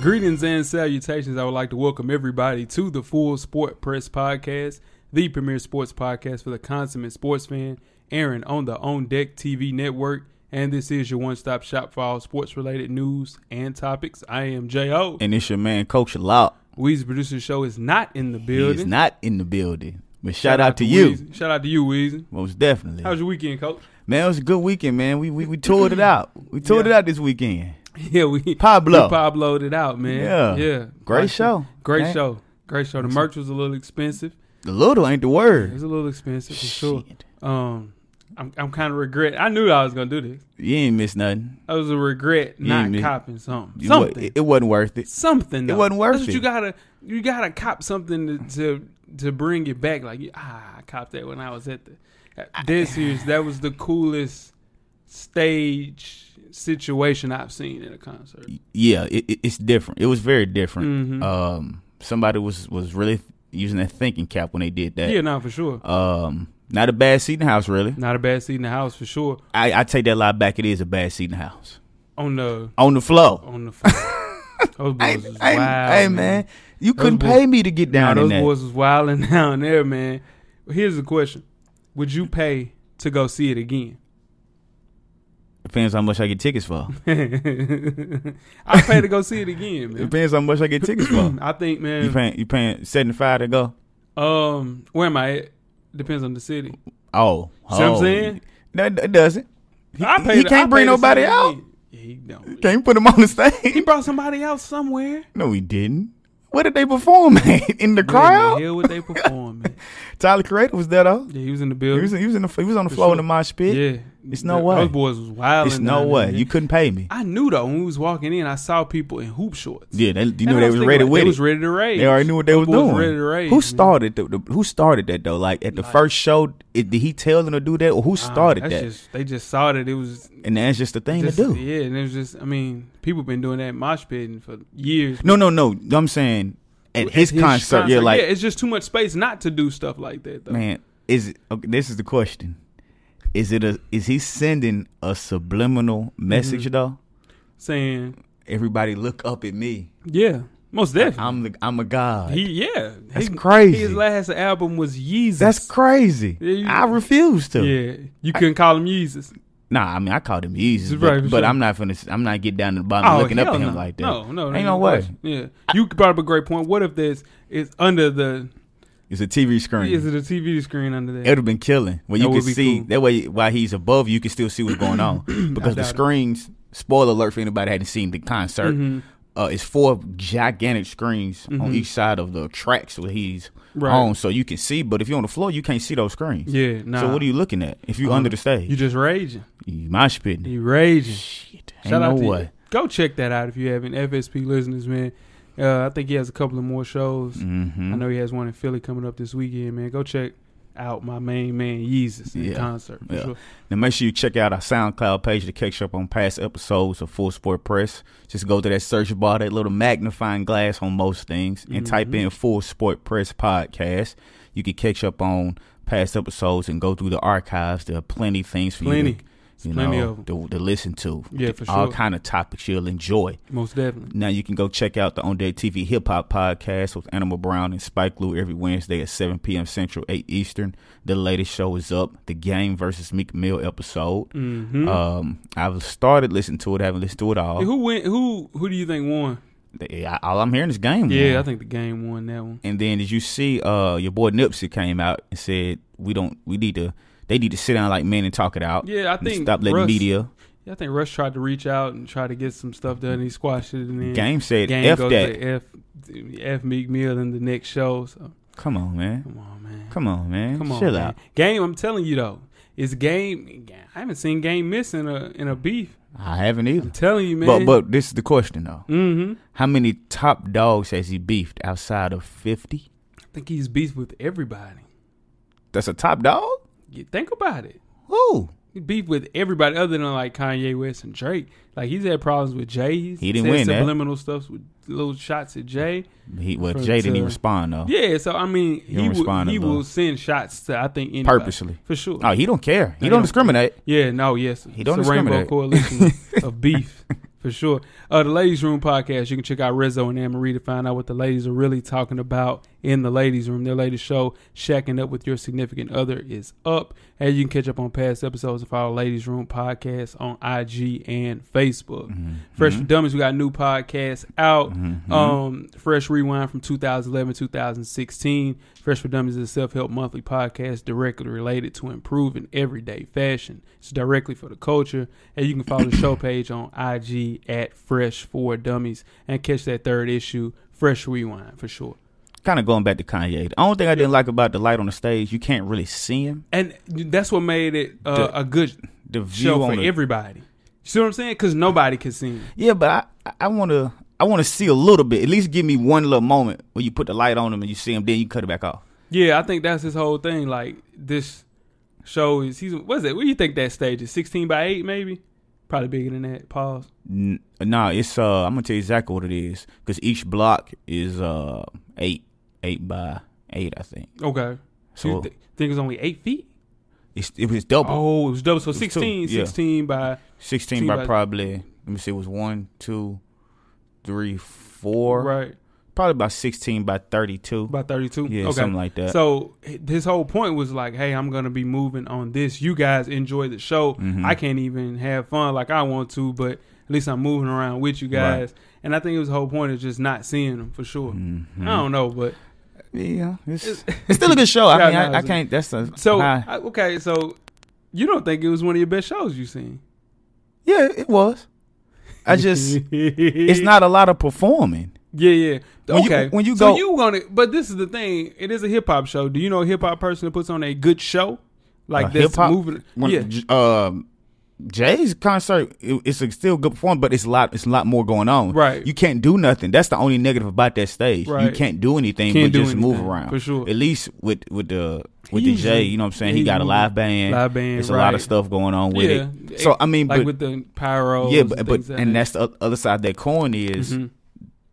and salutations. I would like to welcome everybody to the Full Sport Press Podcast, the premier sports podcast for the consummate sports fan, Aaron on the On Deck TV network. And this is your one stop shop for all sports related news and topics. I am J.O. And it's your man, Coach Law. Weezy Producer Show is not in the building. He's not in the building. But shout, out, to, you. Weezy. Shout out to you, Weezy. Most definitely. How's your weekend, coach? man, it was a good weekend, man. We we, we toured it out. We toured Yeah. it out this weekend. Yeah, we Pablo. We Pabloed it out, man. Yeah. Yeah. Great show. Great Man. show. Great show. The merch was a little expensive. The little ain't the It word. was a little expensive for sure. Shit. Um, I'm I'm kind of regret. I knew I was gonna do this. You ain't miss nothing. I was a regret You not ain't miss- copying something. You wa- Something. It, it wasn't worth it. something. Though. wasn't worth That's what it. You gotta you gotta cop something to to, to bring it back. Like ah, I copped that when I was at the at dead serious. That was the coolest stage situation I've seen in a concert. Yeah, it, it- it's different. It was very different. Mhm. Um, somebody was was really using that thinking cap when they did that. yeah, no, for sure. Um, not a bad seat in the house, really. Not a bad seat in the house for sure. I, I take that lie back. It is a bad seat in the house On the on the floor. on the. Those boys Hey, was hey, wild, hey, man, you Those couldn't boys- pay me to get down Nah, in those that. boys was wilding down there, man. Here's the question: Would you pay to go see it again? Depends how much I get tickets for. I pay to go see it again, man. Depends how much I get tickets for. I think, You man. paying you paying seventy five to go? Um, where am I at? Depends on the city. Oh, oh. See what I'm saying? No, it it doesn't. He, I he- pay he to- I can't pay bring to see nobody it out. again. Yeah, he don't. Can't put him on the He stage. brought somebody out somewhere. No, he didn't. What did they perform at? in the Where in the crowd? hell would they perform, man? Tyler Creator was there though. Yeah, he was in the He building. was he was in the he was on the floor in the mosh pit. yeah, It's no Th- way. Those boys was wild. It's no way. You couldn't pay me. I knew though when we was walking in, I saw people in hoop shorts. Yeah, they, you And know I they was thinking, ready like, with They was it. ready to rage. They already knew what they was Those boys doing. ready to rage, who man. started the, the who started that though? Like at the first show, it, did he tell them to do that, or who Nah, started that's that? Just, they just saw that it was and that's just the thing just, to do. yeah, and it was just I mean, people been doing that in mosh pit for years. No, no, no. I'm saying at his, It's concert, yeah, like yeah, it's just too much space not to do stuff like that though. man, is it, okay, this is the question? Is it a is he sending a subliminal message Mm-hmm. though? Saying Everybody look up at me. yeah, most definitely. I'm the I'm a god. he yeah, That's He- crazy. His last album was Yeezus. That's crazy. Yeah, you- I refuse to. yeah. You couldn't call him Yeezus. Nah, I mean I called him easy, Right, but, for but sure. Oh, I'm not finna I'm not getting down to the bottom looking up hell at him no. like that. No, no, Ain't no no way. question. Yeah, you brought up a great point. What if there's it's under the It's a TV screen. is it a TV screen under there? it would have been killing. Well, That you would could be see cool. that way while he's above, you can still see what's going on because the doubt it. Mm-hmm. screens. Spoiler alert for anybody that hadn't seen the concert. Uh, it's four gigantic screens on each side of the tracks where he's Right. on, so you can see. But if you're on the floor, you can't see those screens. Yeah, nah. Uh-huh. So what are you looking at if you're under the stage? You You, just raging. my spitting. You raging. Shit, ain't Shout no out to way. you. Go check that out if you haven't. FSP listeners, man. Uh, I think he has a couple of more shows. Mm-hmm. I know he has one in Philly coming up this weekend, man. Go check out my main man Yeezus in Yeah. concert. For Yeah. sure. Now make sure you check out our SoundCloud page to catch up on past episodes of Full Sport Press. Just go to that search bar, that little magnifying glass on most things, Mm-hmm. and type in Full Sport Press Podcast. You can catch up on past episodes and go through the archives. There are plenty of things for Plenty. you, to, you plenty know, of 'em. to, to listen to. Yeah, for All sure. kind of topics you'll enjoy. Most definitely. Now you can go check out the On Deck TV Hip Hop Podcast with Animal Brown and Spike Lee every Wednesday at 7 p.m. Central, 8 Eastern. The latest show is up, the Game versus Meek Mill episode. hmm Um, I've started listening to it. I haven't listened to it all. who went? Who who do you think won? Yeah, All I'm hearing is game. Yeah, one. I think the game won that one. And then, did you see? Uh, your boy Nipsey came out and said we don't. We need to. They need to sit down like men and talk it out. Yeah, I And think Uh, stop letting Russ- media. Yeah, I think Rush tried to reach out and try to get some stuff done. He squashed it, and then Game said Game f goes that. to F F Meek Mill in the next show. So Come on, man. come on, man. Come on, man. Come on, chill man. out. Game, I'm telling you though, it's game. I haven't seen game missing a in a beef. I haven't either. I'm telling you, man. But but this is the question though. mm-hmm. How many top dogs has he beefed outside of fifty? I think he's beef with everybody. That's a top dog. You think about it. Who? He beef with everybody other than like Kanye West and Drake. Like he's had problems with Jay. He's He didn't said win that. subliminal stuff with little shots at Jay. He well, From Jay didn't to- even respond though. Yeah, so I mean, He don't he will, respond he to will love. send shots to I think anybody. Purposely. for sure. Oh, he don't care. He he don't don't- discriminate. Yeah, no, yes. He don't it's a rainbow discriminate. coalition of beef for sure. Uh, the Ladies Room podcast, you can check out Rizzo and Anne Marie to find out what the ladies are really talking about in the Ladies Room. Their latest show, Shacking Up with Your Significant Other, is up. And you can catch up on past episodes and follow Ladies Room podcast on IG and Facebook. Mm-hmm. Fresh for Dummies, we got new podcasts out. Um, Fresh Rewind from 2011 2016. Fresh for Dummies is a self help monthly podcast directly related to improving everyday fashion. It's directly for the culture. And you can follow the show page on IG at Fresh for Dummies and catch that third issue, Fresh Rewind, for sure. Kind of going back to Kanye. The only thing I didn't like about the light on the stage, you can't really see him. And that's what made it uh, The a good The view show for on the, everybody. You see what I'm saying? Because nobody can see him. yeah, but I I want to I want to see a little bit. At least give me one little moment where you put the light on him and you see him. Then you cut it back off. Yeah, I think that's his whole thing. Like this show is he's what's it? What do you think that stage is? Sixteen by eight, maybe? Probably bigger than that. Pause. N- nah, it's uh, I'm gonna tell you exactly what it is because each block is uh eight eight by eight, I think. Okay. So So you thi- think it's only eight feet? it's, it was double. Oh, it was double. So was two, 16, yeah. 16 by 16 Team by by- probably, let me see, it was one, two, three, four. right Probably about 16 by 32. by thirty two. yeah, okay. something like that. So h- his whole point was like, "Hey, I'm gonna be moving on this. You guys enjoy the show. Mhm. I can't even have fun like I want to, but at least I'm moving around with you guys." And I think it was the whole point of just not seeing them for sure. Mhm. I don't know, but Yeah, it's, it's still a good show. I Yeah, no, mean, I, I it's a- can't, that's a, so high- I- okay, so you don't think it was one of your best shows you seen? yeah, it was. I just, it's not a lot of performing. Yeah, yeah. When you- okay. when you so go- you gonna, but this is the thing. It is a hip hop show. Do you know a hip hop person that puts on a good show? Like A that's hip-hop- moving. When, yeah, J- um, Jay's concert, it, it's a still good performance, but it's a lot, it's a lot more going on. Right. You can't do nothing. That's the only negative about that stage. You Right. can't do anything Can't but do just move anything, around. for sure. At least with with the with He the Jay, usually- you know what I'm saying? yeah, He got a he- live band. live band, It's a lot right. of stuff going on with yeah. it. So I mean, like but with the pyro. yeah, but, but and that's the o- other side of that coin is Mhm.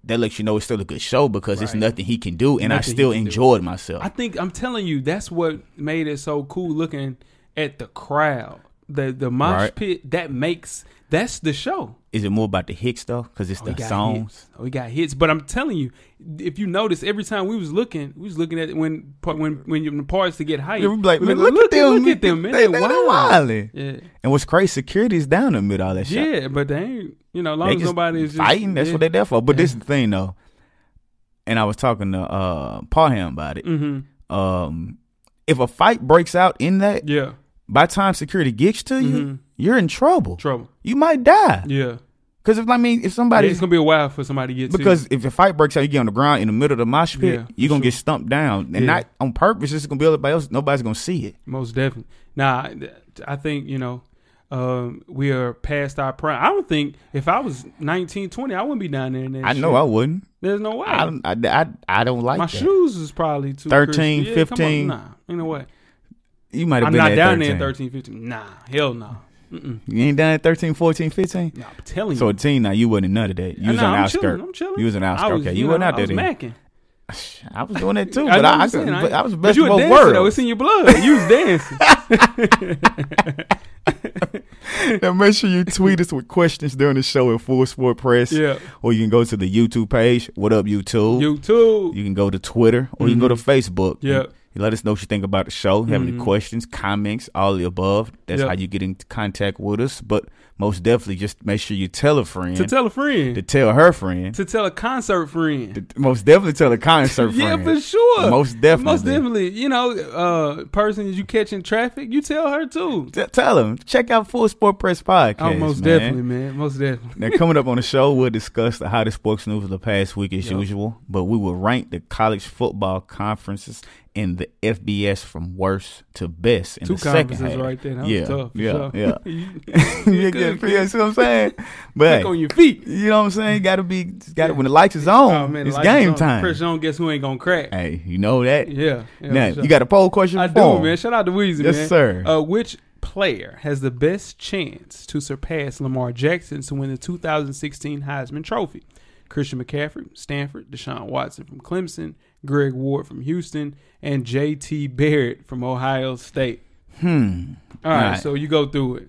that lets you know it's still a good show because it's Right. nothing he can do, and I Nothing he still can do. enjoyed myself. I think I'm telling you that's what made it so cool. Looking at the crowd, the the mosh Right. pit that makes that's the show. is it more about the Hicks though? Because it's Oh, he the got songs. hits. Oh, he got hits. But I'm telling you, if you notice, every time we was looking, we was looking at when when when you- the parts to get hyped. Yeah, we be like, we man, look, look, at them. Look at them, man. They, They, they, they wild. wildin'. Yeah, And what's crazy, security's down amid all that shit. yeah, but they ain't. You know, as long They as just nobody is just, fighting. That's yeah. what they're there for. But this is the thing though, and I was talking to uh Paul Ham about it. Mm-hmm. Um, if a fight breaks out in that, Yeah, by the time security gets to you, Mhm. you're in trouble. trouble. you might die Yeah, because if I mean if But somebody's it's gonna be a while for somebody to get because if a fight breaks out, you get on the ground in the middle of the mosh pit, Yeah, you're gonna sure. get stumped down, and Yeah. not on purpose. It's gonna be everybody else. Nobody's gonna see it. to you. most definitely. Nah, I- I think you know. Um, we are past our prime. I don't think if I was 19, 20, I wouldn't be down there. In that I know shit. I wouldn't. There's no way. I don't. I, I, I don't like My that. shoes is probably too 13, crispy. Yeah, come on. 15. Nah, ain't no way. You might have I'm been not at down 13. there at 13, 15. Nah, hell no. Mm-mm. You ain't down at 13, 14, 15? Nah, I'm telling you. So a teen now, you wasn't in none of that. You was nah, on the I'm outskirt. Chilling, I'm chilling. You was an outskirt. I was, Okay, you you weren't know, out I there was then. macking. I was doing that too, I but know I, what I, I'm saying. couldn't- but I was But best you of were both dancing though. It's worlds. in your blood. You was dancing. Now make sure you tweet us with questions during the show at Full Sport Press, yeah. or you can go to the YouTube page. What up, YouTube? You too. You can go to Twitter or you can go to Facebook. Mm-hmm. Yeah. You let us know what you think about the show. Have any Mhm. questions, comments, all the above. That's Yeah. how you get in contact with us. But most definitely, just make sure you tell a friend To tell a friend. to tell her friend. to tell a concert friend. to- most definitely tell a concert yeah, friend. for sure. Most definitely. Most definitely. You know, uh, person you catch in traffic, you tell her too. T- tell them. Check out Full Sport Press Podcast. Oh, most man. definitely, man. Most definitely. Now, coming up on the show, we'll discuss the hottest sports news of the past week as Yep. usual, but we will rank the college football conferences in the FBS from worst to best in Two the second conferences half. right there. That was yeah, tough. for yeah, sure. yeah. You- yeah, yeah, good. yeah, see what I'm saying? But Back on your feet. you know what I'm saying? Gotta be, gotta Yeah. when the lights is on, Oh, man, the it's lights is game on. time. Pressure on. Guess who ain't gonna crack? Hey, you know that? Yeah. yeah, now for sure. you got a poll question I for do, him. man. Shout out to Weezy, Yes, man. sir. Uh, which player has the best chance to surpass Lamar Jackson to win the 2016 Heisman Trophy? Christian McCaffrey, Stanford, Deshaun Watson from Clemson, Greg Ward from Houston, and J.T. Barrett from Ohio State. Hmm. All right, All right. so you go through it.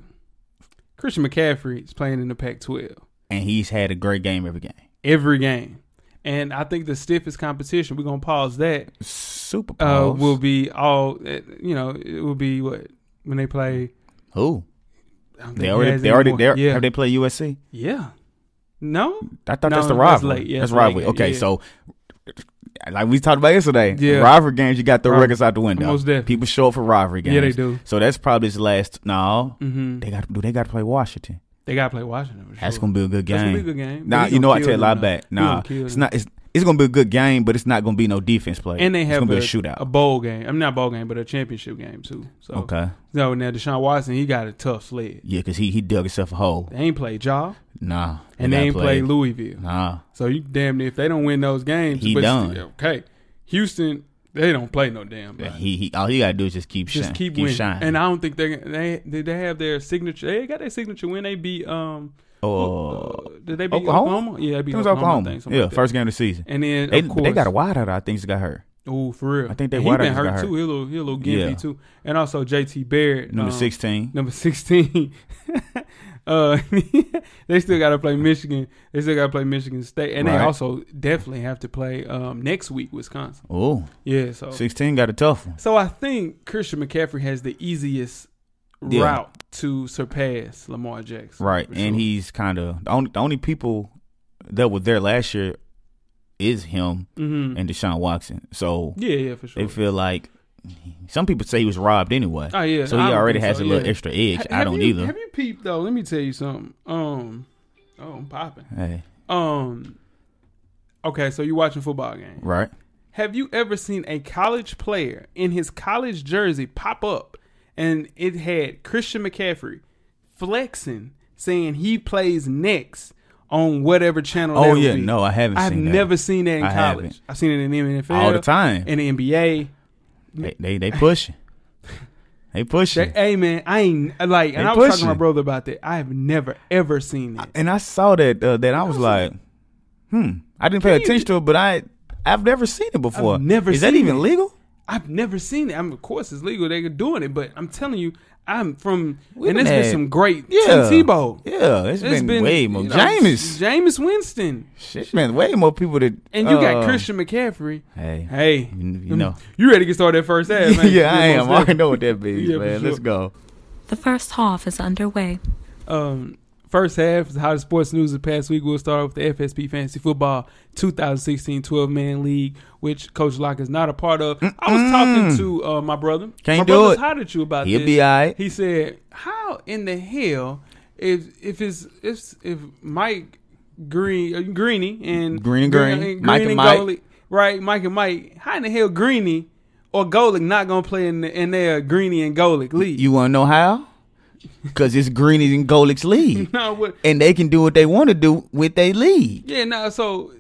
Christian McCaffrey is playing in the Pac-12. and he's had a great game every game. every game. And I think the stiffest competition, we're going to pause that, Super uh, Bowls. will be all, uh, you know, it will be what, when they play. Who? I don't think They he already has they any already more. they yeah. have they played USC? yeah. No? I thought No, that's that's the rivalry. late. Yeah, that's it's late rivalry. game. Okay, Yeah. so like we talked about yesterday, Yeah. rivalry games you got the Rivalry. records out the window. Most definitely. People show up for rivalry games. Yeah, they do. So that's probably his last. No, Mm-hmm. they got do they got to play Washington? They got to play Washington. For sure. That's gonna be a good game. That's gonna be a good game. Nah, But he gonna you know I kill tell a them, lot though. back. He Nah, gonna kill it's them. not. It's it's gonna be a good game, but it's not gonna be no defense play. And they it's have gonna be a a- shootout. A bowl game. I'm mean, not a bowl game, but a championship game too. So okay, no, now Deshaun Watson, he got a tough sled. yeah, because he he dug himself a hole. They ain't played Jaw Nah, and they got ain't played played. Louisville. Nah, So you damn near if they don't win those games, He but done. still, okay. Houston, they don't play no damn. body. he he. All he gotta do is just keep Just shining, keep, winning. shining. And I don't think they they did they have their signature. They got their signature when they beat um. oh, uh, did they beat Oklahoma? Oklahoma? Yeah, they I beat think it Oklahoma. was I Oklahoma. think, something yeah, like that. first game of the season. And then They of course, they got a wide out. I think just got hurt. Oh, for real. I think they And he wideout been just got hurt, hurt. too. He a little, he a little gimpy Yeah. too. And also JT Barrett, Number um, sixteen. number sixteen. uh, they still got to play Michigan. They still got to play Michigan State, and Right. they also definitely have to play um, next week Wisconsin. Oh, Yeah. So 16 got a tough one. so I think Christian McCaffrey has the easiest Yeah. route to surpass Lamar Jackson. Right, for and sure. he's kind of the only the only people that were there last year is him Mhm. and Deshaun Watson. So yeah, yeah, for sure. they feel like some people say he was robbed anyway. oh yeah. so he I don't already think has so, a little yeah. extra edge. Ha- I have don't you- either. Have you peeped though? Let me tell you something. Um, oh, I'm popping. hey, Um. Okay, so you're watching football game. right? Have you ever seen a college player in his college jersey pop up, and it had Christian McCaffrey flexing, saying he plays next on whatever channel? Oh that would yeah, be? no, I haven't I've seen that. never seen that in I college. haven't. I've seen it in the NFL all the time. in the NBA. They they, they pushing. they pushing. That, hey man, I ain't like, and They I was talking pushing. to my brother about that. I have never ever seen that. and I saw that uh, that I was like, hmm. I didn't pay Can you- attention to it, but I I've never seen it before. never Is that seen even it. legal? I've never seen it. I'm of course it's legal. They're doing it, but I'm telling you, I'm from We and done there's been had- some great Yeah. Tim Tebow. Yeah, There's it's been way you more. know, Jameis. Jameis Winston, Shit, man, way more people that. and you got uh, Christian McCaffrey. Hey, Hey, you you know. you ready to get started that first half? yeah, man? I You am. I almost already there. know what that means, Yeah, for man. Let's sure. go. The first half is underway. Um, first half is the hottest sports news of the past week. We'll start off with the FSP Fantasy Football 2016 12 man league, which Coach Locke is not a part of. I was talking to uh, my brother. Can't my do brother's it. hot at you about He'll this. be all right. He said, "How in the hell if if it's if if Mike Green uh, Greeny and Green and Green, Mike and Mike. Goalie, right? Mike and Mike. How in the hell Greeny or Golick not gonna play in the, in their Greeny and Golick league? You want to know how? Because it's Greenies and Golick's league, no, what? and they can do what they want to do with their league. Yeah, no. So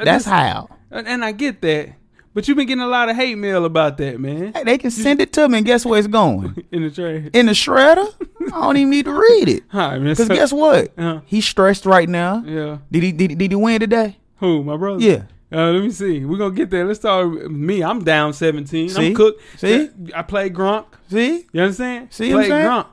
I That's just- how. and, and I get that, but you've been getting a lot of hate mail about that, man. Hey, they can send it to me, and guess where it's going? In the trade, In the shredder? I don't even need to read it. all right, man. Because so- guess what? Uh-huh. He's stressed right now. yeah, Did he, did, he- did he win today? who my brother? Yeah. Uh, let me see. We're gonna get there. Let's start with me. I'm down 17. See? I'm cooked. Uh, See? I played Gronk. See? You understand? See what I'm played saying? Gronk.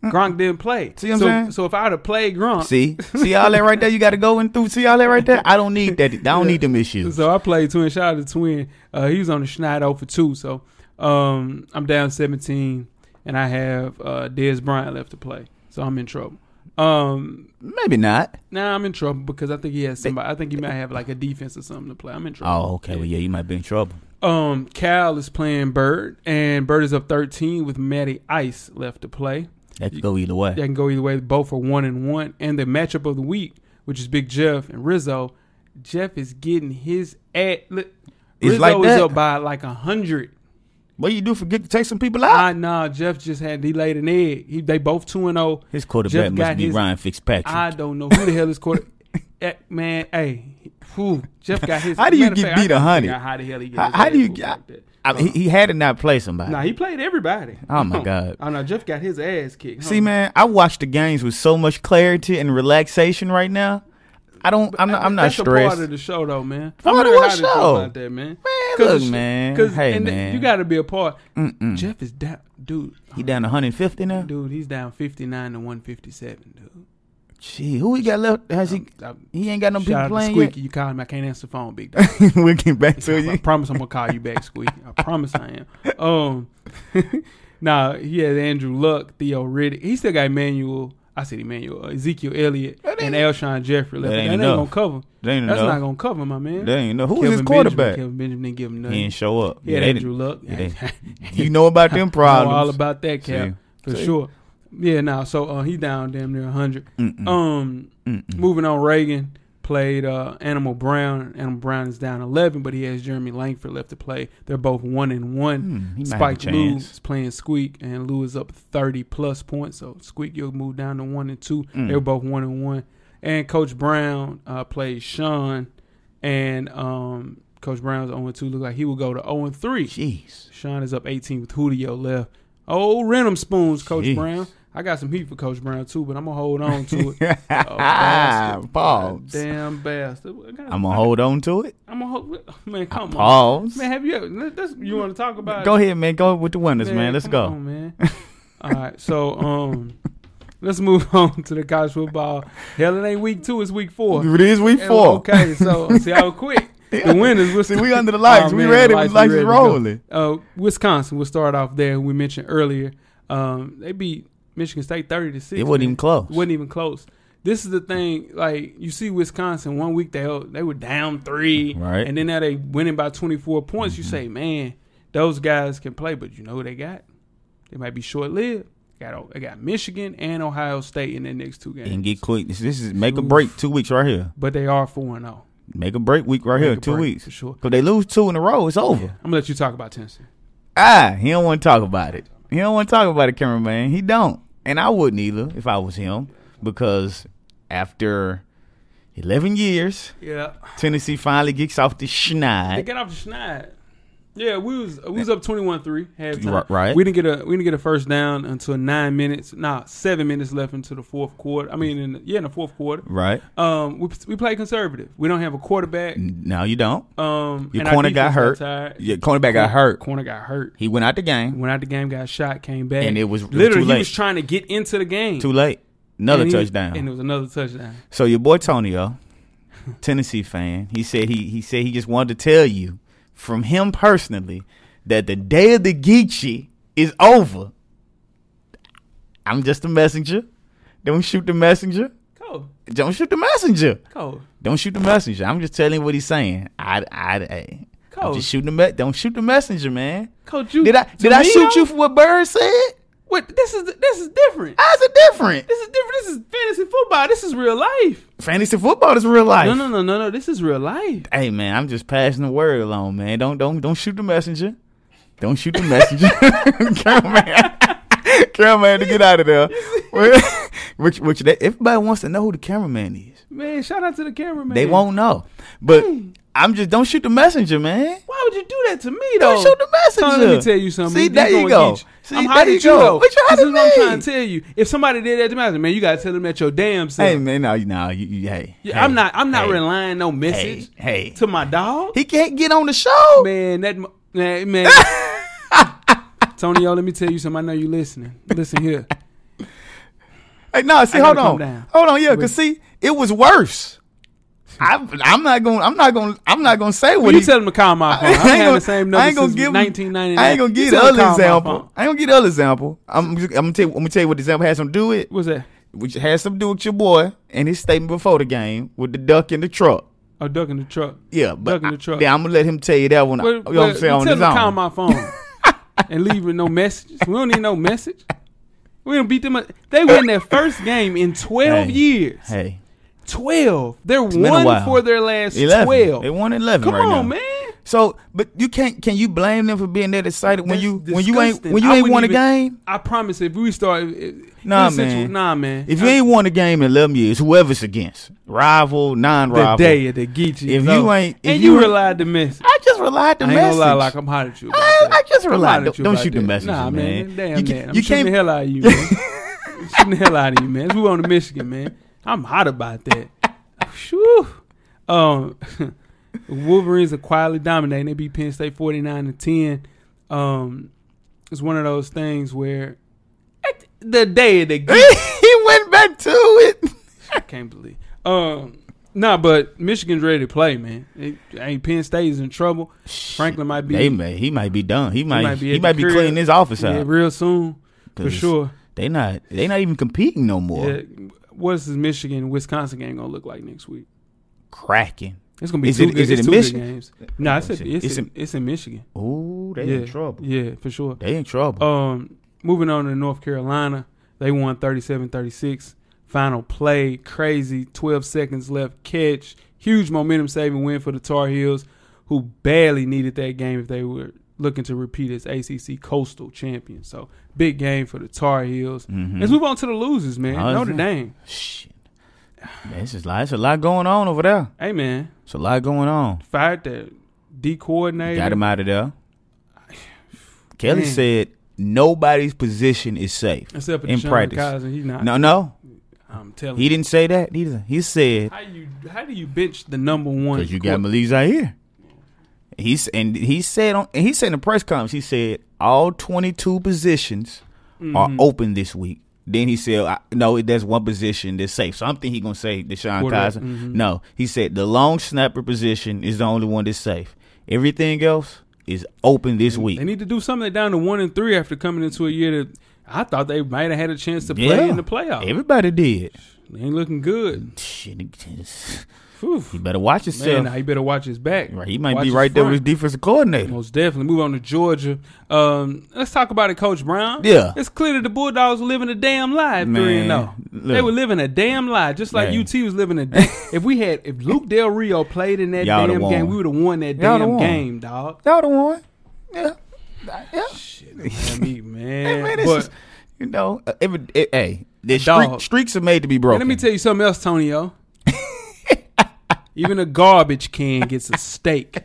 Gronk didn't play. See what I'm so, saying? so if I would have played Gronk, See, see all that right there. You got to go in through. See all that right there. I don't need that. I don't need them issues. so I played twin. Shout out to twin. Uh, he was on the Schneider for two. So um, I'm down 17, and I have uh, Dez Bryant left to play. So I'm in trouble. Um, Maybe not. now I'm in trouble because I think he has somebody. I think he might have like a defense or something to play. I'm in trouble. Oh, okay. Well, yeah, you might be in trouble. Um, Cal is playing Bird, and Bird is up 13 with Matty Ice left to play. That could go either way. That can go either way. Both are one and one. And the matchup of the week, which is Big Jeff and Rizzo, Jeff is getting his at. li- It's Rizzo like is that. up by like a hundred. What you do forget to take some people out? I nah, Jeff just had he laid an egg. He, they both two and zero. His Jeff quarterback got must be his- Ryan Fitzpatrick. I don't know who the hell is quarter. Eh, man, hey, whew, Jeff got his. How do you matter of get fact, I beat gotta 100? figure out How the hell he get? how, his how do ass you? whooped I, like that. I, he, he had to not play somebody. Nah, he played everybody. Oh, my Huh. God. Oh no, Jeff got his ass kicked. huh? See, man, I watch the games with so much clarity and relaxation right now. I don't. I'm not. I'm not That's A part stressed. of the show, though, man. Part I'm of really what hot at you show? About that, man. look, man. Hey, and th- man. Mm. you got to be a part. Jeff is down, dude. he down 150 now. Dude, he's down fifty nine to one fifty seven, dude. Gee, who he got left? Has he? I, He ain't got no shout people out to playing Squeaky. You called me. I can't answer the phone, big dog. yet. we'll get back to I you. promise I'm gonna call you back, Squeak. I promise I am. Um, nah, he had Andrew Luck, Theo Riddick. He still got Emmanuel. I said Emmanuel, uh, Ezekiel Elliott, That and ain't- Alshon Jeffrey. Left. That That ain't, ain't gonna enough. cover. They ain't That's not know. gonna cover, my man. They ain't know. Who was Kelvin his Benjamin- quarterback? Kelvin Benjamin didn't give him He nothing. didn't show up. He had They Andrew Luck. yeah, they- He didn't- you know about them problems. know all about that, Cap, See? for See? sure. Yeah, now nah, so uh, he down damn near hundred. Mm-mm. Um, Mm-mm. Moving on, Reagan played uh, Animal Brown. Animal Brown is down 11, but he has Jeremy Langford left to play. They're both one and one. Hmm, he might have a Spike Lou chance. is playing Squeak, and Lou is up 30 plus points. So Squeak, you'll move down to one and two. Mm. They were both one and one. And Coach Brown uh, played Sean, and um, Coach Brown's 0 and 2. Look like he will go to 0 and 3. Jeez. Sean is up 18 with Julio left. Oh, Renum Spoons, Coach Jeez. Brown. I got some heat for Coach Brown, too, but I'm going to hold on to it. Oh, bastard. Pause. Damn bastard. I'm gonna hold on to it. I'm gonna hold. Oh, Man, come on. Pause. Man, have you ever? let- That's, you want to talk about? Go it? ahead, man. Go with the winners, man. Let's come go. on, man. All right, so um, let's move on to the college football. Hell, it ain't week two. It's week four. It is week And, four. Okay, so see, I was quick. The winners. We'll See, start- we under the lights. Oh, we man, ready. the The lights, we lights ready is to go. rolling. Uh, Wisconsin. We'll start off there. We mentioned earlier. Um, they beat Michigan State thirty to six. It man. wasn't even close. It wasn't even close. This is the thing. Like you see, Wisconsin one week they they were down three, Right. Mm-hmm. and then now they winning by twenty four points. You say, man, those guys can play, but you know who they got? They might be short lived. Got they got Michigan and Ohio State in their next two games, And get quick. This, this is make a Oof. break. Two weeks right here. but they are four and zero. Make a break week right here. Make a Two break, weeks. for sure. Cause they lose two in a row. It's over. I'm gonna let you talk about Tennessee. Ah, he don't want to talk about it. He don't want to talk about it, cameraman. He don't, and I wouldn't either if I was him, because after eleven years, Yeah, Tennessee finally gets off the they schneid. got off the schneid. Yeah, we was we was up twenty one three halftime. Right- right. We didn't get a we didn't get a first down until nine minutes. Nah, seven minutes left into the fourth quarter. I mean, in the, yeah, in the fourth quarter. Right Um, we we play conservative. We don't have a quarterback. no, you don't. Um, Your and our corner got defense hurt. tired. Your cornerback got hurt. Corner got hurt. He went out the game. Went out the game, got shot, came back, And it was- it was literally too he late. was trying to get into the game. Too late. Another And he- touchdown. and it was another touchdown. So your boy Tonio, Tennessee fan, he said he he said he just wanted to tell you from him personally that the day of the Geechee is over. I'm just a messenger. Don't shoot the messenger. Cold, Don't shoot the messenger. cold, Don't shoot the messenger. I'm just telling you what he's saying. I I, I I'm Coach. just shooting the me- don't shoot the messenger, man. cold. You Did I Oh. to did I me, though, shoot you for what Bird said? What this is this is different. How's it different? This is different. This is fantasy football. This is real life. Fantasy football is real life. No, no, no, no, no. This is real life. hey man, I'm just passing the word along, man. Don't don't don't shoot the messenger. Don't shoot the messenger. Come man. Cameraman to get out of there. which which they, everybody wants to know who the cameraman is. Man, shout out to the cameraman. They won't know. But Hmm. I'm just don't shoot the messenger, man. Why would you do that to me though? Don't shoot the messenger. Son, let me tell you something. See, They there you gonna go. get See, I'm there hot at you you go. though. What you this hot is at what I'm me? trying to tell you. If somebody did that to me, man, you gotta tell them that your damn self. Hey man, no, you- no, you, you hey, Yeah, hey, I'm not. I'm not hey, relying no Hey, message hey. to my dog. he can't get on the show. Man, that mo- man. man. Tonyo, let me tell you something. I know you listening. Listen here. Hey, no, see, I hold gotta on, calm down. hold on, yeah, cause see, it was worse. I, I'm not gonna, I'm not gonna, I'm not gonna say what you he. tell him to call my phone. I I've ain't had gonna- the same number I ain't gonna since give him- 1999. I ain't gonna You give tell the him to other call my phone. example. I ain't gonna give the other example. I'm, just, I'm gonna tell you. I'm gonna tell you what the example has something to do with, What's that? which has something to do with your boy and his statement before the game with the duck in the truck. Oh, duck in the truck. Yeah, but Duck in the I- truck. yeah, I'm gonna let him tell you that one. Well, you know what I'm well, saying on tell his them to call own. my phone and leave with no messages. We don't need no message. We don't beat them up. They win their first game in 12 Hey. years. hey, 12. They're been a one while. for their last eleven. 12. They won eleven Come right on, now. man. So, but you can't. Can you blame them for being that excited when That's you when you ain't disgusting. when I you ain't wouldn't won a even- game? I promise if we start. If, Nah, this situ- man. Nah, man. If you ain't won a game in eleven years, whoever's against, rival, the non-rival, day of the Geechee. If is you over. ain't- if and you you, ain't- relied to miss. I just relied the I ain't message. gonna lie, like I'm hot at you. about I- that. I just I'm relied. hot at Don't- you don't about shoot the that. messenger, nah, man. Damn, You you, ca- man. I'm you shooting the can't- hell out of you, man. I'm shooting the hell out of you, man. We on to Michigan, man. I'm hot about that. Whew. Um, Wolverines are quietly dominating. They beat Penn State 49 to 10. Um, it's one of those things where at the day of the game, he went back to it. can't believe. Um, nah, but Michigan's ready to play, man. It, ain't Penn State is in trouble. Franklin might be They may, he might be done. He might, might be he at the might be crib. cleaning his office yeah, out. real soon for 'Cause sure. They not they not even competing no more. Yeah, what's this Michigan Wisconsin game gonna look like next week? Cracking. It's gonna be Is two it- good, is it it's two in good Michigan? games. No, it's, Oh, it's, shit. it's, It's in, in- it's in Michigan. Ooh, they yeah, in trouble. Yeah, for sure. They in trouble. Um, moving on to North Carolina, they won 37-36. Final play, crazy. Twelve seconds left. Catch, huge momentum saving win for the Tar Heels, who barely needed that game if they were looking to repeat as ACC Coastal champions. So big game for the Tar Heels. Mhm. Let's move on to the losers, man. Oh, is Notre it? Dame. Shit. Man, it's just like it's a lot going on over there. Hey, man, It's a lot going on. fired the D coordinator. Got him out of there. Kelly Man. said nobody's position is safe. Except for in Deshaun practice. Kaiser, he's not. No, no, I'm telling he you. didn't say that. He didn't- he said How you how do you bench the number one? because you quar- got Malik Zaire. He's and he said on and he said in the press conference he said all twenty two positions Mm-hmm. are open this week. Then he said, I, "No, there's one position that's safe." So I'm thinking he gonna say Deshaun Quarterback, Kaiser. mhm. No, he said the long snapper position is the only one that's safe. Everything else is open this week. They need to do something down to one and three after coming into a year that I thought they might have had a chance to play in the playoffs. Everybody did. they ain't looking Mm. good. Shit, Whew. you better watch Man, yourself. now he better watch his back. Right, he might Watch be his right there with his front. defensive coordinator. Most definitely. Move on to Georgia. Um, let's talk about it, Coach Brown. Yeah. It's clear that the Bulldogs were living a damn lie at Man, 3 and 0. look. They were living a damn lie, just like Man. UT was living a damn If we had, if Luke Del Rio played in that Y'all damn done game, won. we would have won that Y'all done damn won. game, dog. Y'all the one. Yeah, yeah. Shit, I mean, man. Man, this But- is- you know, uh, every, eh, hey, the Dog. streak, streaks are made to be And broken. let me tell you something else, Tonyo. Even a garbage can gets a steak.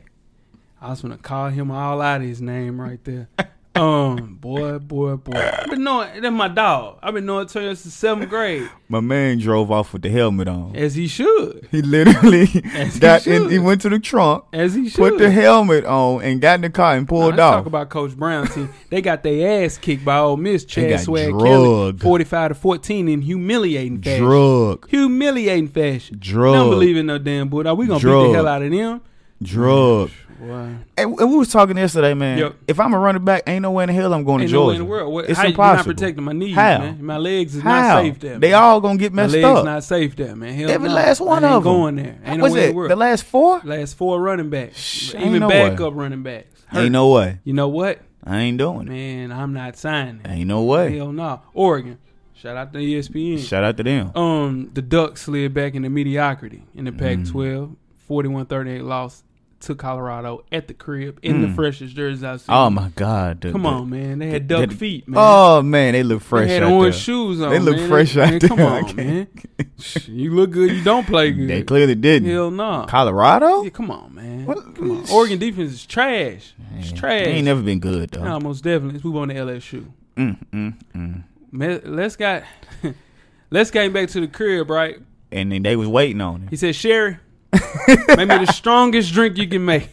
I was gonna call him all out of his name right there. Um, boy, boy, boy. I've been knowing that's my dog. I've been knowing Tonyo since seventh grade, My man drove off with the helmet on. as he should, He literally As he got in. He should. went to the trunk, as he should. put the helmet on, and got in the car and Now, pulled Let's off. talk about Coach Brown team. They got their ass kicked by old Miss Chad got Swag Kelly, drugged. forty-five to fourteen, in humiliating fashion. drug, Humiliating fashion. Drug. Don't believe in no damn bulldog. We gonna beat the Drug. hell out of them. drug. Boy. And, and we was talking yesterday, man. Yep. If I'm a running back, ain't no way in the hell I'm going Ain't to no way Georgia. in the world. What, it's how you- impossible. You're not protecting my knees, How? man. My legs is How? not safe there. They man. all gonna get my messed legs up. not safe there, man. Hell Every no. last one I ain't of them. going there. Ain't no What's way in it? the world. The last four? last four running backs, Shh, ain't even no way. backup running backs. Hurt. Ain't no way. you know what, I ain't doing it. man? I'm not signing. Ain't no way. Hell no. Oregon. Shout out to E ESPN. Shout out to them. um, the Ducks slid back into mediocrity in the Mm. Pac-12. 41-38 loss to Colorado at the crib in Mm. the freshest jerseys I've seen. Oh my God, dude. Come on, man. They had duck that- feet, man. Oh man, they look fresh. They had out orange there. shoes on. They look man. fresh man, out Come there. I on, can't- man. Shh, you look good. You don't play good. They clearly didn't. Hell no. Colorado? Yeah, come on, man. What- Come on. Oregon defense is trash. It's trash. They ain't never been good though. no, most definitely. Let's move on to LSU. Mm, mm, mm. Man, let's got let's get back to the crib, right? And then they was waiting on He it. said, Sherry, make me the strongest drink you can make.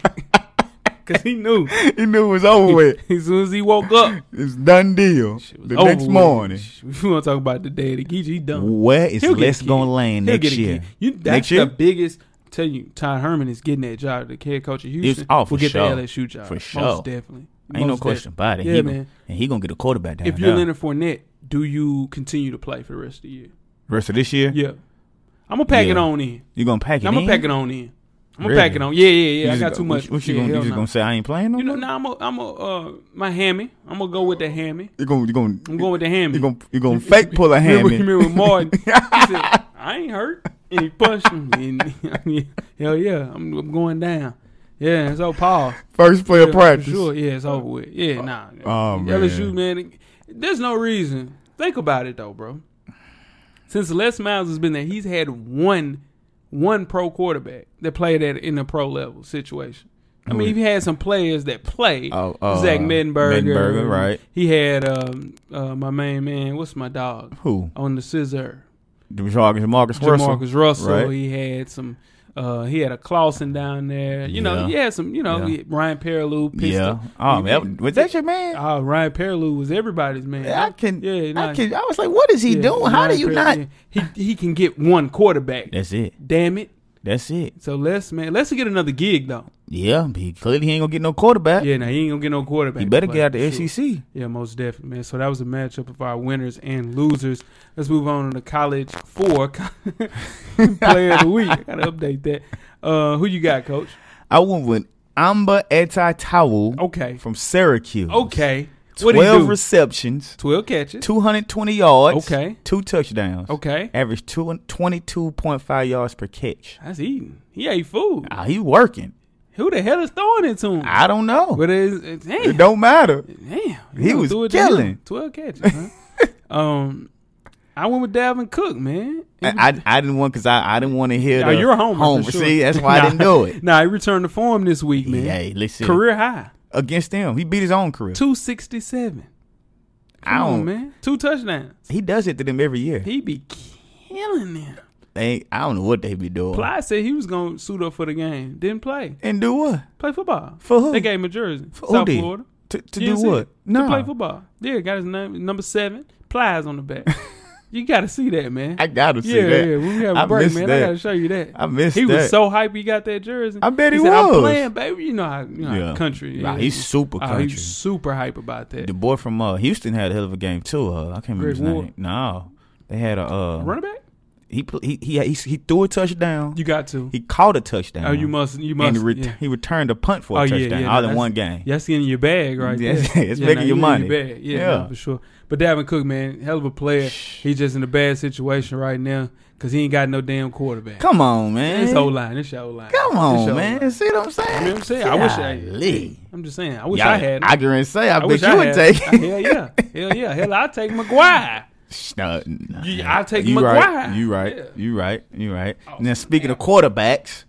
Cause he knew. he knew it was over with. As soon as he woke up, It's done deal. shit was The over next with. morning. Shh, We want to talk about the day of the Geechee. He done. Where is He'll get a Les kid. gonna land He'll next get a year? kid. You, that's next year? the biggest. Tell you, Todd Herman is getting that job. The head coach of Houston oh, for will get sure. the LSU job For most sure. definitely. Ain't no Most question definitely. about it. Yeah, he man. Gonna, and he gonna get a quarterback down If you're there. Leonard Fournette, do you continue to play for the rest of the year? Rest of this year, Yeah, I'm gonna pack it Yeah. on in. you gonna pack it. I'm gonna in? pack it on in. I'm gonna Really? pack it on. Yeah, yeah, yeah. You I just got go- too what much. you- What you Yeah, gonna? You hell just nah. gonna say I ain't playing no You know, more? nah, I'm a, I'm a, uh, my hammy. I'm gonna go with the hammy. You gonna you gonna I'm going with the hammy. you gonna you gonna fake pull a hand? Remember, remember when Martin? He said, "I ain't hurt," and he punched him. And, hell yeah, I'm, I'm going down. Yeah, it's all pause. First play Yeah, of for practice. sure. Yeah, it's over with. Yeah, nah. oh, man. LSU man, it- there's no reason. Think about it though, bro. Since Les Miles has been there, he's had one one pro quarterback that played at in a pro level situation. I mean, Who- he had some players that played. Oh, oh, Zach uh, Mettenberger, Mettenberger, right. He had um, uh, my main man. What's my dog Who? on the scissor? Demarcus Marcus Russell. Jamarcus Russell. Right. He had some Uh, he had a Clausen down there. You know, Yeah. he had some. You know, Yeah. he- Ryan Perilou. yeah. Pistol. Oh, He- man, was that your man? Oh, Ryan Perilou was everybody's man. I can. Yeah, nah, I can. I was like, what is he yeah, doing? How do Ryan you Perilou, not? yeah. He he can get one quarterback. That's it. Damn it. That's it. So let's man, let's get another gig though. Yeah, he clearly he ain't gonna get no quarterback. Yeah, now he ain't gonna get no quarterback. He better but get out the E shit. SEC. Yeah, most definitely, man. So that was a matchup of our winners and losers. Let's move on to college four player of the week. I gotta update that. Uh, who you got, coach? I went with Amba Etitawu Okay, from Syracuse. Oh. okay. What do you Twelve do? receptions, Twelve catches. two hundred twenty yards. Okay. Two touchdowns. Okay, Average two, 22.5 yards per catch. that's eating. He ate food. Ah, he working. Who the hell is throwing it to him? I don't know. But it's, it's damn, It don't matter. damn. He You was threw it to him. killing. Twelve catches. Huh? um, I went with Dalvin Cook, man. I, I, I didn't want because I, I didn't want to hear. Now the you're a homer. for homer. sure. See, that's why I Nah. didn't do it. Nah, he returned to form this week, man. Hey, listen. Career high, against them, he beat his own career. two sixty seven. I Come on, don't- man. Two touchdowns. He does it to them every year. He be killing them. They, I don't know what they be doing. Ply said he was gonna suit up for the game. Didn't play. And do what? Play football. For who? They gave him a jersey. For who South did? Florida. To, to You do didn't see what? it? To play football. Yeah, got his name number seven. Plies on the back. you gotta see that, man. I gotta see yeah, that. yeah. When we have a I break, missed man, I that. gotta show you that. I missed he was that. so hype he got that jersey. I bet he said, I'm was. playing, baby. You know how, you know how Yeah. country. Nah, is. he's super Oh, country. he's super hype about that. the boy from uh, Houston had a hell of a game too. Uh, I can't remember Greg his name. Ward. No, they had a uh, Running back, he, pl- he he he he threw a touchdown. you got to. He caught a touchdown. oh, you must. You And must. he, ret- yeah. he returned a punt for a Oh, yeah, touchdown yeah, all no, in that's- one game. That's getting your bag right Yeah, there. it's making nah, your you in money. bag. Yeah, nah, Yeah. for sure. But Davin Cook, man, hell of a player. He's just in a bad situation right now because he ain't got no damn quarterback. Come on, man. This whole line. This your line. Come This on, your man. line. See what I'm saying? You know what I'm saying? I wish I- Golly. I'm just saying. I wish Y'all- I had. him. I can say. I, I bet wish you I would had- take. I- hell yeah. Hell yeah. Hell, I'll take McGuire. Nah, nah. You- I'll take you McGuire. Right, you right. Yeah. You right. You right. Oh, now speaking of quarterbacks,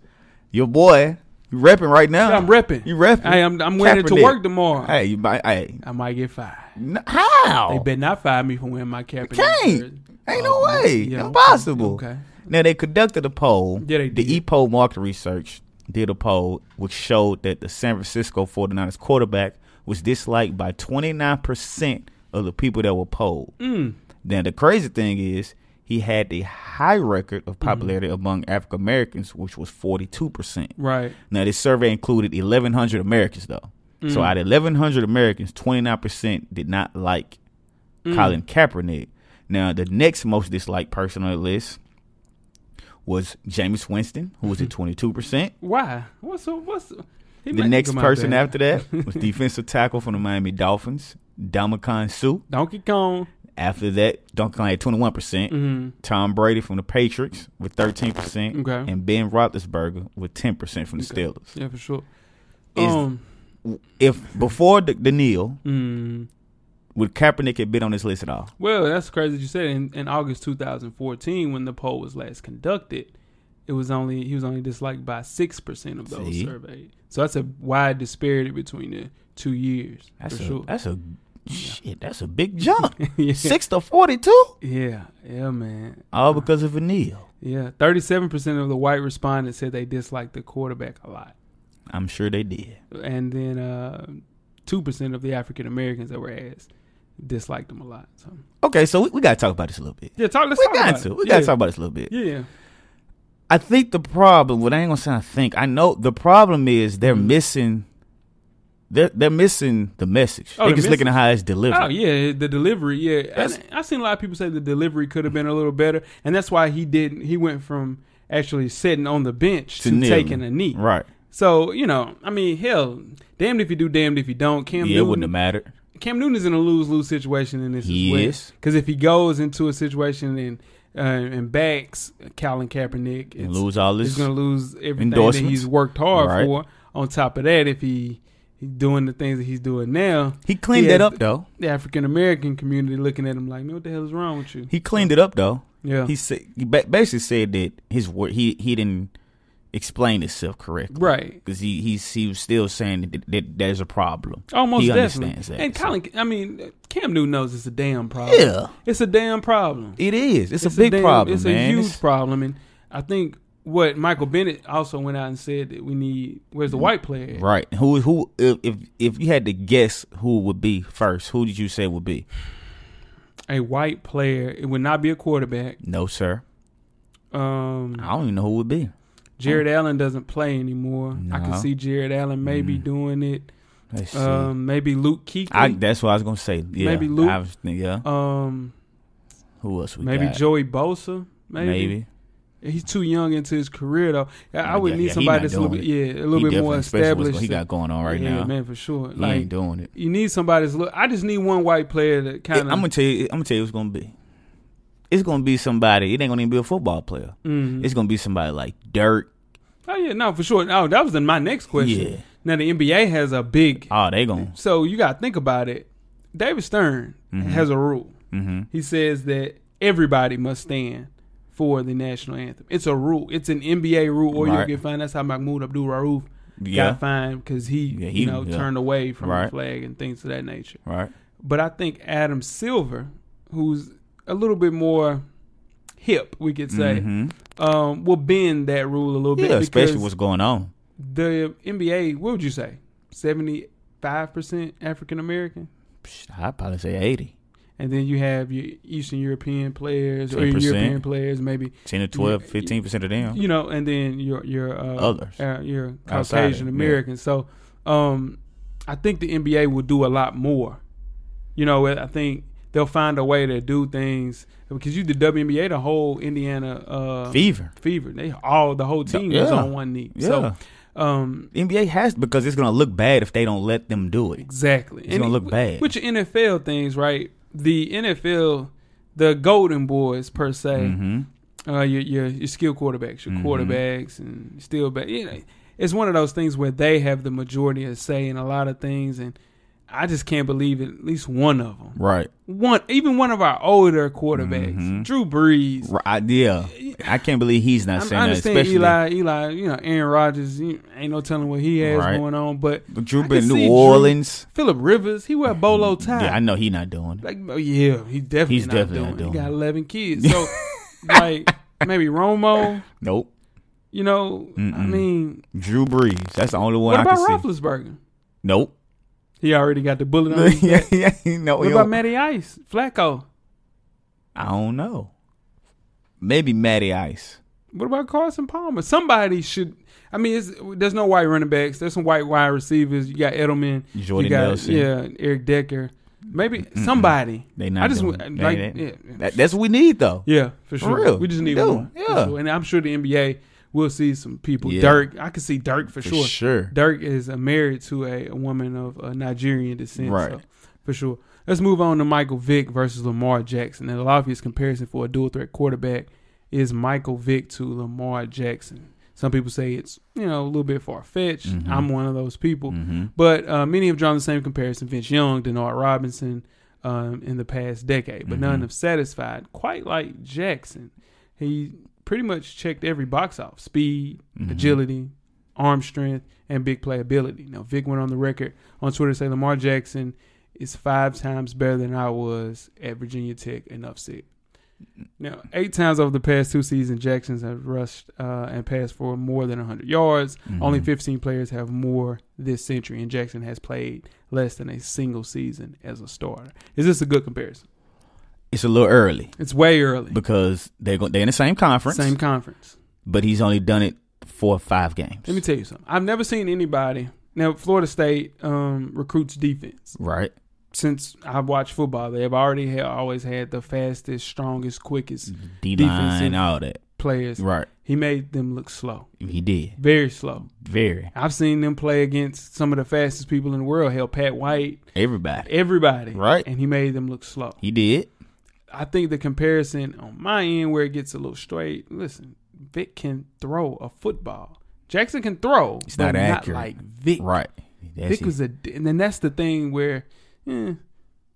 your boy, you repping right now. I'm repping. You repping. Hey, I'm, I'm wearing it to Kaepernick. work tomorrow. Hey, you might. Hey, I might get fired. n- how? They better not fire me for wearing my cap. and Can't. shirt. Ain't no Oh, way. yeah, okay, Impossible. okay. Now they conducted a poll. Yeah, they did. The EPO market research did a poll which showed that the San Francisco 49ers quarterback was disliked by 29% of the people that were polled. Mm. Now the crazy thing is he had the high record Mm-hmm. of popularity among African Americans, which was 42%. Right. Now this survey included 1,100 Americans though. Mm. So out of 1,100 Americans, 29% did not like Mm. Colin Kaepernick. Now the next most disliked person on the list was Jameis Winston, who was at 22%. Why? What's up? What's up? Mm-hmm. He The might next come out person bad. after that was defensive tackle from the Miami Dolphins, Domicon Sue. Donkey Kong. After that, Duncan Kline had 21%. Mm. Tom Brady from the Patriots with 13%. Okay. And Ben Roethlisberger with 10% from the Steelers. Yeah, for sure. Is- um. If before the, the kneel, mm. would Kaepernick have been on this list at all? Well, that's crazy that you said. In, in August 2014, when the poll was last conducted, it was only he was only disliked by six percent of those See? surveyed. So that's a wide disparity between the two years. That's for a, sure. that's a shit. That's a big jump. Yeah. Six to forty-two, yeah. Yeah, man. all because of a kneel. Yeah, thirty-seven percent of the white respondents said they disliked the quarterback a lot, I'm sure they did. and then uh, two percent of the African Americans that were asked disliked them a lot. So Okay, so we, we gotta talk about this a little bit. yeah, talk. Let's We talk got about to. it. We yeah. gotta talk about this a little bit. Yeah, yeah. I think the problem. What I ain't gonna say. I think I know the problem is they're Mm-hmm. missing. They're they're missing the message. Oh, they the just looking at how it's delivered. Oh yeah, the delivery. Yeah, That's- And I've seen a lot of people say the delivery could have been a little better, and that's why he didn't. He went from actually sitting on the bench to, To kneel. taking a knee. Right. So you know, I mean, hell, damned if you do, damned if you don't. Cam yeah, it wouldn't Newton- have mattered. Cam Newton is in a lose lose situation in this He as is. because if he goes into a situation and uh, and backs Colin Kaepernick, And it's- lose all he's this. going to lose everything that endorsements. he's worked hard Right. for. On top of that, if he he's doing the things that he's doing now, He cleaned he it has up though. the African American community looking at him like, man, what the hell is wrong with you? He cleaned it up though. Yeah, He said he ba- basically said that his word he he didn't explain himself correctly. right. because he he's he was still saying that, that there's a problem. Almost he definitely. understands that. and so- Colin, I mean, Cam Newton knows it's a damn problem. yeah, it's a damn problem. it is. It's, a It's big damn- problem, It's man. a huge It's- problem, and I think what Michael Bennett also went out and said that we need where's the white player? at? Mm-hmm. Right. Who who if if, if you had to guess who would be first, who did you say would be? A white player. It would not be a quarterback. No, sir. Um, I don't even know who would be. Jared Allen doesn't play anymore. I can No. see Jared Allen maybe doing it. Let's see. Um, maybe Luke Keekley. I that's what I was gonna say. Yeah, maybe Luke. I was thinking, yeah. um, Who else we maybe got? Joey Bosa. Maybe. he's too young into his career though. I, I would Yeah, need yeah, he somebody not that's a little bit, doing yeah, a He little bit definitely more special with established. What he got going on right yeah, now? man, for sure. he like ain't doing it. you need somebody that's look. I just need one white player that It- kind of. I'm gonna tell you. I'm gonna tell you what's gonna be. It's gonna be somebody. It ain't gonna even be a football player. Mhm. It's gonna be somebody like Dirk. Oh yeah, no, for sure. No, that was in my next question. Yeah. Now the NBA has a big. Oh, they gonna. So you got to think about it. David Stern Mm-hmm. has a rule. hmm He says that everybody must stand for the national anthem. It's a rule. It's an NBA rule, or you'll Right. get fined. That's how Mahmoud Abdul Rauf Yeah. got fined because he, Yeah, he- you know, yeah. turned away from the Right. flag and things of that nature. Right. But I think Adam Silver, who's a little bit more hip, we could say, hmm um, will bend that rule a little bit. Yeah, especially because- what's going on. the NBA, what would you say? Seventy five percent African American? Psh, I'd probably say 80. And then you have your Eastern European players or your 10%. European players, maybe 10 to 12, Yeah. 15% of them. you know, and then your your uh, Others. uh, your Outside, Caucasian yeah. American. So, um, I think the NBA will do a lot more. You know, I think they'll find a way to do things because you the WNBA, the whole Indiana uh, Fever. Fever, they all the whole team is yeah. on one knee. Yeah. So, um, NBA has because it's going to look bad if they don't let them do it. Exactly. It's gonna look bad. With your NFL things, right? The NFL, the Golden Boys per se, hmm uh, your, your your skill quarterbacks, your Mhm. quarterbacks, and still back. You know, it's one of those things where they have the majority of say in a lot of things, and I just can't believe it, at least one of them, Right. one even one of our older quarterbacks, Mhm. Drew Brees. right. I- Yeah. I can't believe he's not I'm- saying I that. understand Especially Eli, Eli, you know, Aaron Rodgers, you, ain't no telling what he has Right. going on, but But I Drew can been in see New Drew- Orleans. Philip Rivers, he wear a bolo tie. Yeah, I know he not doing it. Like, oh, yeah, he's definitely He's not definitely doing. not it. He doing got it. eleven kids, so like maybe Romo. Nope. You know, I Mm-mm. mean, Drew Brees. That's the only one what I about can see. Roethlisberger? Nope. He already got the bullet on. his yeah, yeah, he- no, What he about don't- Matty Ice, Flacco? I don't know. Maybe Matty Ice. What about Carson Palmer? Somebody should. I mean, it's, there's no white running backs. There's some white wide receivers. You got Edelman. Jordan you got Nelson. yeah, Eric Decker. Maybe somebody. They not I just doing w- it. They- like they- yeah. That, that's what we need though. Yeah, for sure. real. We just need Dude, one. yeah. And I'm sure the NBA will see some people. Yeah. Dirk, I can see Dirk for, For sure. sure. Dirk is uh, married to a, a woman of uh, Nigerian descent. Right. So, for sure. Let's move on to Michael Vick versus Lamar Jackson. And the obvious comparison for a dual threat quarterback is Michael Vick to Lamar Jackson. Some people say it's, you know, a little bit far fetched. Mhm. I'm one of those people. hmm But uh, many have drawn the same comparison: Vince Young, Denard Robinson, um, in the past decade. But none Mhm. have satisfied quite like Jackson. He pretty much checked every box off: speed, Mhm. agility, arm strength, and big playability. Now, Vic went on the record on Twitter to say Lamar Jackson is five times better than I was at Virginia Tech. Enough said. Now, eight times over the past two seasons, Jackson's have rushed uh, and passed for more than 100 yards. Only Mhm. 15 players have more this century, and Jackson has played less than a single season as a starter. Is this a good comparison? It's a little early It's way early. because they're go- they're in the same conference, Same conference. but he's only done it four or five games. Let me tell you something. I've never seen anybody. Now, Florida State um, recruits defense. right. Since I've watched football, they've already had, always had the fastest, strongest, quickest D Defensive. line, all that. players. Right. He made them look slow, He did. very slow. Very. I've seen them play against some of the fastest people in the world. Hell, Pat White, Everybody. everybody. Right. And he made them look slow. He did. I think the comparison on my end where it gets a little straight. Listen, Vic can throw a football. Jackson can throw, It's but not not, accurate. like Vic. Right. That's Vic it. was a, and then that's the thing where eh,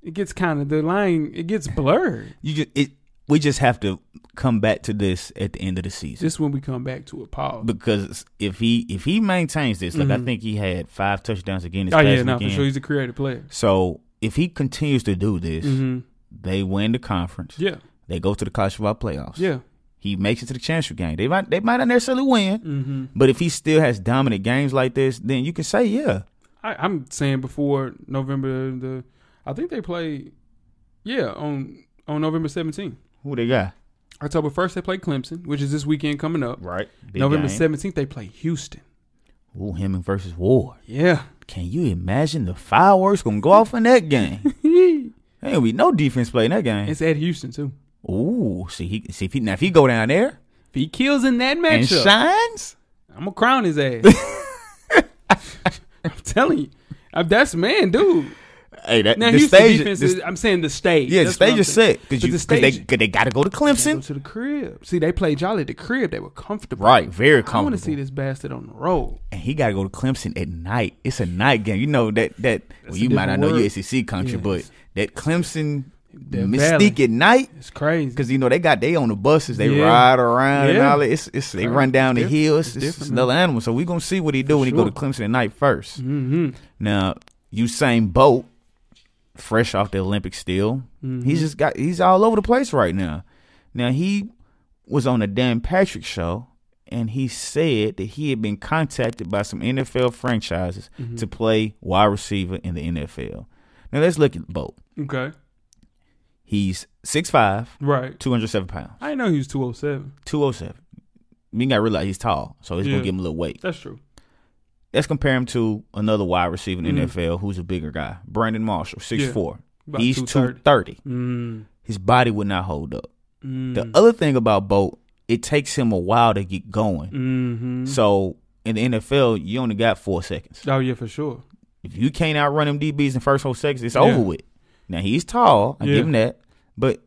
it gets kind of the line. It gets blurred. you just it. We just have to come back to this at the end of the season Just when we come back to it, Paul. because if he if he maintains this, like I think he had five touchdowns again this Mm-hmm. oh past yeah, no, for weekend. sure. He's a creative player. So if he continues to do this, hmm they win the conference. Yeah, They go to the college football playoffs. yeah. he makes it to the championship game. They might they might not necessarily win, Mm-hmm. but if he still has dominant games like this, then you can say yeah. I, I'm saying before November the, I think they play, yeah, on on November 17th. Who they got? October 1st they play Clemson, which is this weekend coming up. Right. November 17th they play Houston. Ooh, Hemming versus Ward. Yeah, Can you imagine the fireworks gonna go off in that game? it's There ain't be no defense play in that game. at Houston too. Ooh, see he see if he now if he go down there If he kills in that and matchup, shines, I'm gonna crown his ass. I'm telling you, I, that's man, dude. hey, that Now the Houston stage, defense the- is. I'm saying the stage. yeah, the That's what stage I'm is saying. set because But you the 'cause they stage- cause they got to go to Go Clemson. to the crib. See, they played y'all at the crib. They were comfortable. Right, very I want to comfortable. see this bastard on the road. and he got to go to Clemson at night. It's a night game. You know that that well, a you might different not know your word. SEC country, Yes. but that Clemson That mystique valley. at night It's crazy. because you know they got they on the buses. They Yeah. ride around and Yeah. all that. It's it's they Right. run down It's the different. hills. It's It's, it's different, man. another animal. So we gonna see what he do when he go sure. to Clemson at night 1st hmm Now Usain Bolt, fresh off the Olympics, still Mm-hmm. he's just got he's all over the place right now. Now he was on the Dan Patrick show, and he said that he had been contacted by some NFL franchises Mm-hmm. to play wide receiver in the NFL. Now let's look at Bolt. Okay. He's 6'5", Right. 207 pounds, I didn't know he was 207. two oh seven. You gotta realize he's tall, so it's Yeah. gonna give him a little weight. That's true. Let's compare him to another wide receiver in the Mhm. NFL who's a bigger guy, Brandon Marshall, six four. About He's 230. 230. Mm, His body would not hold up. mm, The other thing about Bolt, it takes him a while to get going. hmm So in the NFL, you only got four seconds. Oh yeah, for sure. If you can't outrun him DBs in the first four seconds, it's Yeah. over with. Now he's tall, I Yeah. give him that. But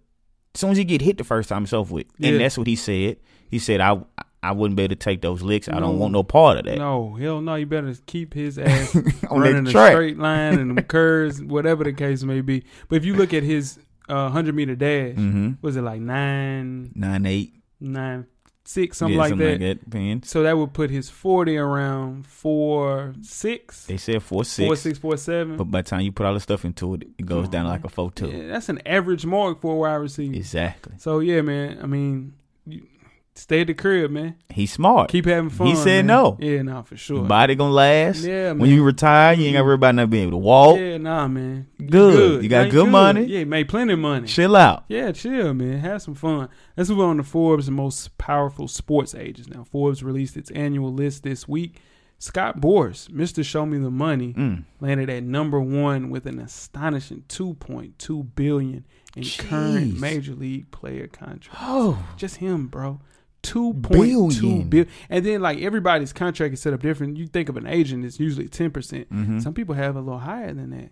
as soon as he get hit the first time, it's over with. Yeah. And that's what he said. He said, I I wouldn't be able to take those licks. I No. don't want no part of that. No, hell no. You better keep his ass On running that a track. straight line and them curves, whatever the case may be. But if you look at his uh, hundred meter dash, Mm-hmm. was it like nine, Nine eight. nine, six, something, yeah, like, something that. like that. man. So that would put his forty around four six, They said four six. four six, four seven. But by the time you put all the stuff into it, it goes on, down like man. a four two. Yeah, that's an average mark for a wide receiver. Exactly. So yeah, man. I mean, you stay at the crib, man. He's smart. Keep having fun. He said man. no. Yeah, no, for Your sure. Body gonna last. Yeah, man. When you retire, you ain't gotta worry about not being able to walk. yeah, nah, man. You Good. You got Make good money. Yeah, you made plenty of money. Chill out. Yeah, chill, man. Have some fun. Let's move on to Forbes' the most powerful sports agents. Now, Forbes released its annual list this week. Scott Boris, Mr. Show Me the Money, Mm. landed at number one with an astonishing 2.2 billion in Jeez. current major league player contracts. Oh, Just him, bro. Two point two Billion. billion, and then like everybody's contract is set up different. You think of an agent, it's usually ten percent. Mhm. Some people have a little higher than that,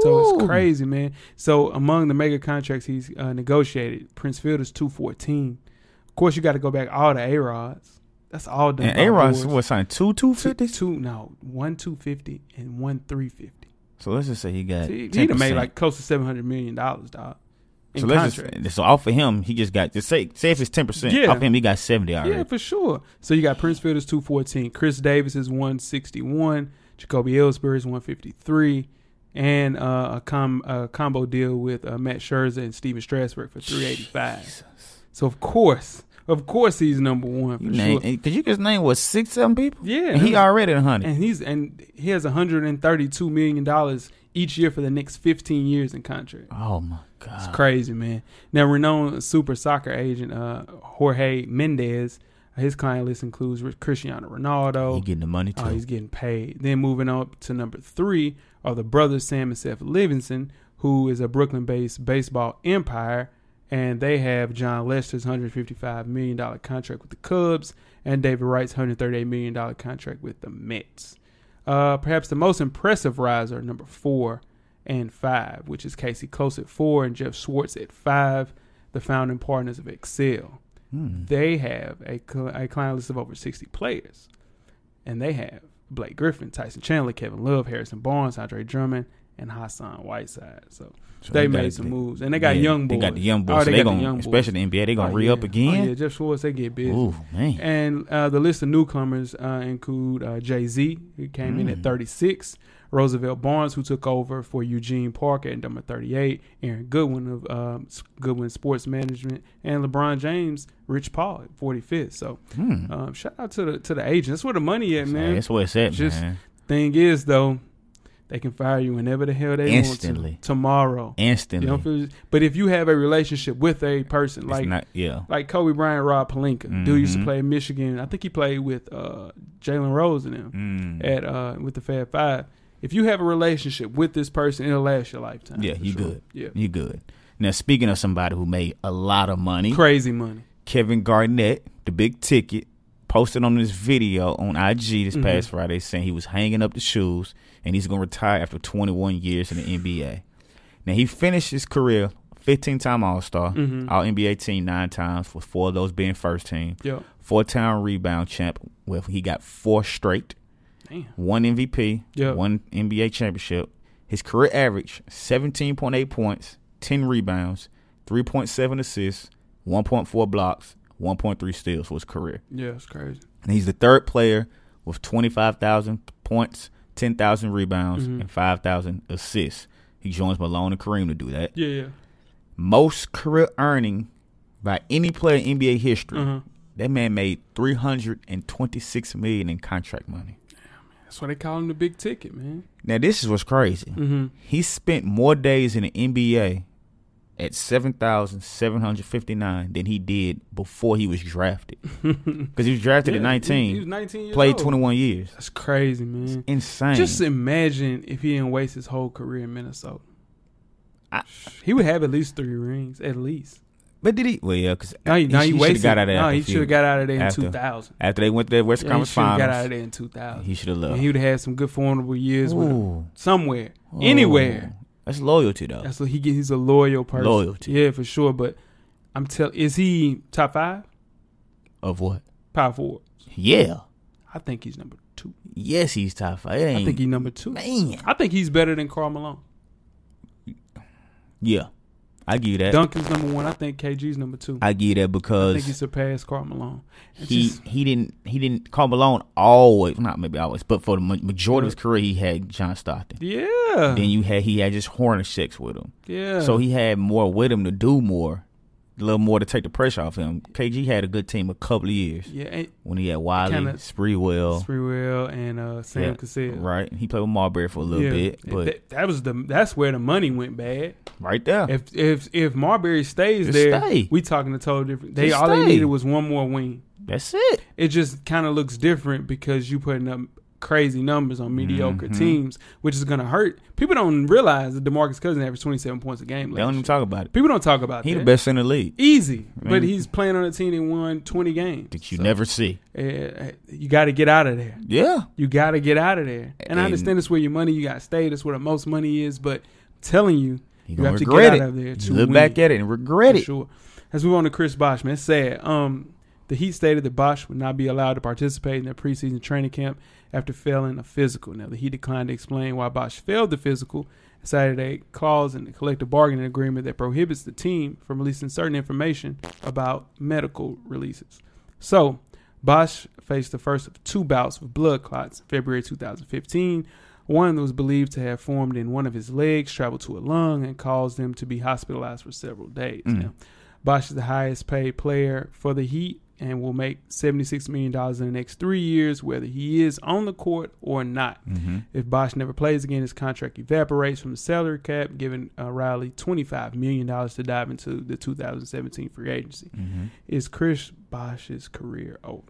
so Ooh. it's crazy, man. So among the mega contracts he's uh, negotiated, Prince Fielder's two fourteen. Of course, you got to go baback all the A Rods. That's all done. and by Aaron's boards. what signed two two, two fifty. two no one two fifty and one three fifty. So let's just say he got. He'd 10%. have made like close to seven hundred million dollars, dog. In So let's contracts. just so off of him, he just got. Just say say if it's ten percent Yeah. off him, he got seventy already. Yeah, for sure. So you got Prince Fielder's 214, Chris Davis is 161, Jacoby Ellsbury is 153, and uh, a, com- a combo deal with uh, Matt Scherzer and Steven Strasburg for 385. So of course, of course he's number one for You sure. name because you just name what six seven people. yeah, and he already a hundred. and he's and he has 132 million dollars each year for the next 15 years in contract. Oh my It's god. crazy, man. Now, renowned super soccer agent uh, Jorge Mendez, his client list includes Cristiano He Ronaldo. getting the money too. Oh, he's getting paid. Then moving up to number three are the brothers Sam and Seth Livingston, who is a Brooklyn-based baseball empire, and they have John Lester's 155 million dollar contract with the Cubs and David Wright's 138 million dollar contract with the Mets. Uh, perhaps the most impressive riser, number four and five, which is Casey Close at four and Jeff Schwartz at five, the founding partners of Excel Hmm. they have a, cl- a client list of over 60 players. And they have Blake Griffin, Tyson Chandler, Kevin Love, Harrison Barnes, Andre Drummond, and Hassan Whiteside. So, So they he got made it. some moves. And they got Yeah, young boys. They got the young boys. Oh, so they got the gonna, young boys. especially the NBA, they gonna Oh, re yeah. up again. Oh, yeah, Jeff Schwartz, they get busy. Ooh man. And uh, the list of newcomers uh, include uh, Jay Z, who came in at Mm. 36, Roosevelt Barnes, who took over for Eugene Parker at number 38, Aaron Goodwin of um, S- Goodwin Sports Management, and LeBron James, Rich Paul at 45th. So Hmm. um, shout out to the to the agents. That's where the money at, man. That's where it's at, Just- man. Thing is, though, they can fire you whenever the hell they Instantly. want to. Tomorrow. Instantly. You know, what I'm saying? but if you have a relationship with a person it's like not, yeah. like Kobe Bryant, Rob Palinka, dude used to Mhm. play at Michigan. I think he played with uh, Jalen Rose and them Mm. at uh, with the Fab Five. If you have a relationship with this person, it'll last your lifetime. Yeah, for you sure. good. Yeah, You good. Now, speaking of somebody who made a lot of money, crazy money. Kevin Garnett, the big ticket, posted on this video on IG this Mhm. past Friday saying he was hanging up the shoes and he's going to retire after 21 years in the NBA. Now, he finished his career 15 time All Star, Mhm. Uh, Mm-hmm. All NBA team nine times, with four of those being first team, Yeah, four time rebound champ, where he got four straight, damn. one MVP, Yeah. one NBA championship. His career average 17.8 points, 10 rebounds, 3.7 assists, 1.4 blocks, 1.3 steals for his career. Yeah, it's crazy. And he's the third player with 25,000 points, 10,000 rebounds, Mhm. and 5,000 assists. He joins Malone and Kareem to do that. Yeah, yeah. Most career earning by any player in NBA history. Uh-huh. That man made 326 million in contract money. That's why they call him the big ticket, man. Now this is what's crazy. Mm-hmm. He spent more days in the NBA at 7,759 than he did before he was drafted. Because he was drafted at 19, He, was 19 years played old. 21 years. That's crazy, man. Insane. Mm-hmm. Just imagine if he didn't waste his whole career in Minnesota. I- he would have at least three rings, at least. but did he? Well, yeah, because Now he, now he, shoulda wasted. got out of there no, after he a few- should have got out of there in after- two thousand. after they went to that West Yeah, he Conference should have got out of Finals, there in two thousand. he should have And left. he would have had some good formidable years with him. Ooh. somewhere, Ooh. anywhere. That's loyalty, though. That's what he get. He's a loyal person. Loyalty. yeah, for sure. But I'm tell, is he top five, of what? power forward? Yeah. I think he's number two. Yes, he's top five. It I ain't- think he's number two. Man. I think he's better than Carl Malone. Yeah. I give you that. Duncan's number one. I think KG's number two. I give you that I think because he surpassed Carl Malone. It's he just- he didn't he didn't Carl Malone always not maybe always but for the ma- majority of Yeah. his career he had John Stockton. yeah, Then you had he had just Hornacek with him, yeah. so he had more with him to do more, a little more to take the pressure off him. KG had a good team a couple of years yeah, and when he had Wiley, Kinda- Spreewell, Spreewell and uh, Sam Oh. Yeah, Cassell. right? He played with Marbury for a little Yeah. bit, And but that, that was the that's where the money went bad. right there, If if if Marbury stays Just there, stay. we talking a total different. They Just all they stay. needed was one more wing. that's it. It just kind of looks different because you putting up crazy numbers on mediocre Mhm. teams, which is gonna hurt. People don't realize that Demarcus Cousins averaged twenty seven points a game. They don't Last even year. talk about it. People don't talk about He that. the best in the league Easy, but mean- he's playing on a team that won twenty games. that you So, never see. eh, you got to get out of there. Yeah, You got to get out of there. And, I And- understand it's where your money. You got to stay. That's where the most money is. But I'm telling you, you You gonna have to get regret out it. of there to You look win. back at it and regret For it. Sure. Let's move on to Chris Bosch, man. It's sad. Um, the Heat stated that Bosch would not be allowed to participate in their preseason training camp after failing a physical. Now, the Heat declined to explain why Bosch failed the physical, cited a clause in the collective bargaining agreement that prohibits the team from releasing certain information about medical releases. So, Bosch faced the first of two bouts with blood clots in February 2015. One that was believed to have formed in one of his legs, traveled to a lung, and caused him to be hospitalized for several days. Mm. Now, Bosch is the highest paid player for the Heat and will make $76 million in the next three years, whether he is on the court or not. Mhm. If Bosch never plays again, his contract evaporates from the salary cap, giving uh, Riley $25 million to dive into the 2017 free agency. Mhm. Is Chris Bosch's career over?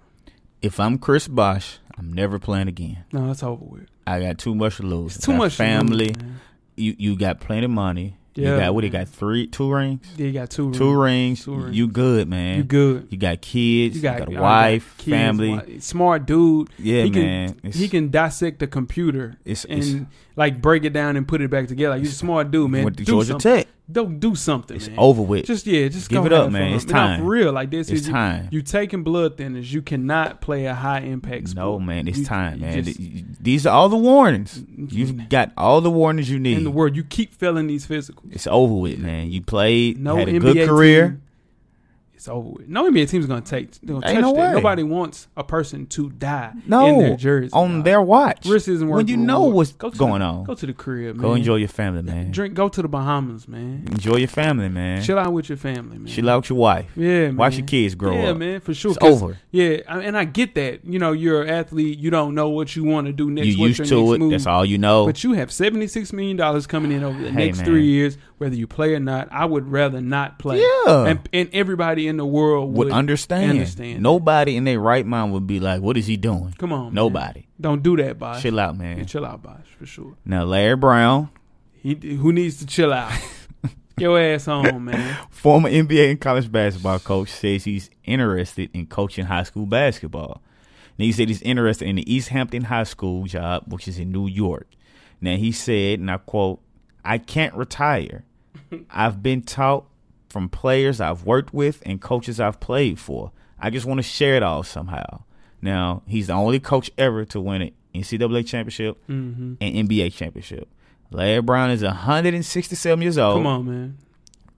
If I'm Chris Bosch, I'm never playing again. No, it's over with. I got too much to lose. It's too Got much family. Man. You you got plenty of money. Yeah. You got what? You got three, two rings, Yeah, you got two rings. two rings. Two rings. You good, man. You good. You got kids. You got, I a got wife, kids, family. wi- Smart dude. Yeah, He can- man. it's, He can dissect the computer It's, and it's like break it down and put it back together. Like, you're a smart dude, man. went to do Georgia something. Tech. Don't do something. It's man. over with. Just yeah, just Give go it up, have man. fun. It's And I'm time. for real. Like this it's is you, time. you taking blood thinners. You cannot play a high impact sport. no, man. It's You- time, you man. just- Th- These are all the warnings. in You've got all the warnings you need. the world, you keep failing these physicals. it's over with, man. You played. No had a NBA good career. team it's over with. No NBA team's gonna take they're gonna Ain't touch no that. way. Nobody wants a person to die No, in their jersey. on dog. their watch. risk isn't worth when you the know reward. what's Go to going the- on. Go to the crib, man. Go enjoy your family, man. Drink. Go to the Bahamas, man. Enjoy your family, man. Chill out with your family, man. She loved your wife. Yeah, man. Watch your kids grow yeah, up. man, for sure. It's 'Cause- over. Yeah, I- and I get that. You know, you're an athlete. You don't know what you want to do next. you what's used your to next it. Move. That's all you know. But you have seventy six million dollars coming in over the Oh. Hey, next man. three years, whether you play or not. I would rather not play. Yeah. and, and everybody in the world would, would understand. understand. Nobody in their right mind would be like, "What is he doing?" Come on, man. Nobody. Don't do that, Bosh. Chill out, Yeah, man. chill out, Bosh, for sure. Now, Larry Brown, He who needs to chill out. Your ass on, man. former NBA and college basketball coach, says he's interested in coaching high school basketball. And he said he's interested in the East Hampton High School job, which is in New York. Now, he said, and I quote, I can't retire. I've been taught from players I've worked with and coaches I've played for. I just want to share it all somehow. Now, he's the only coach ever to win an NCAA championship Mm-hmm. and NBA championship. Larry Brown is 167 years old. Come on, man.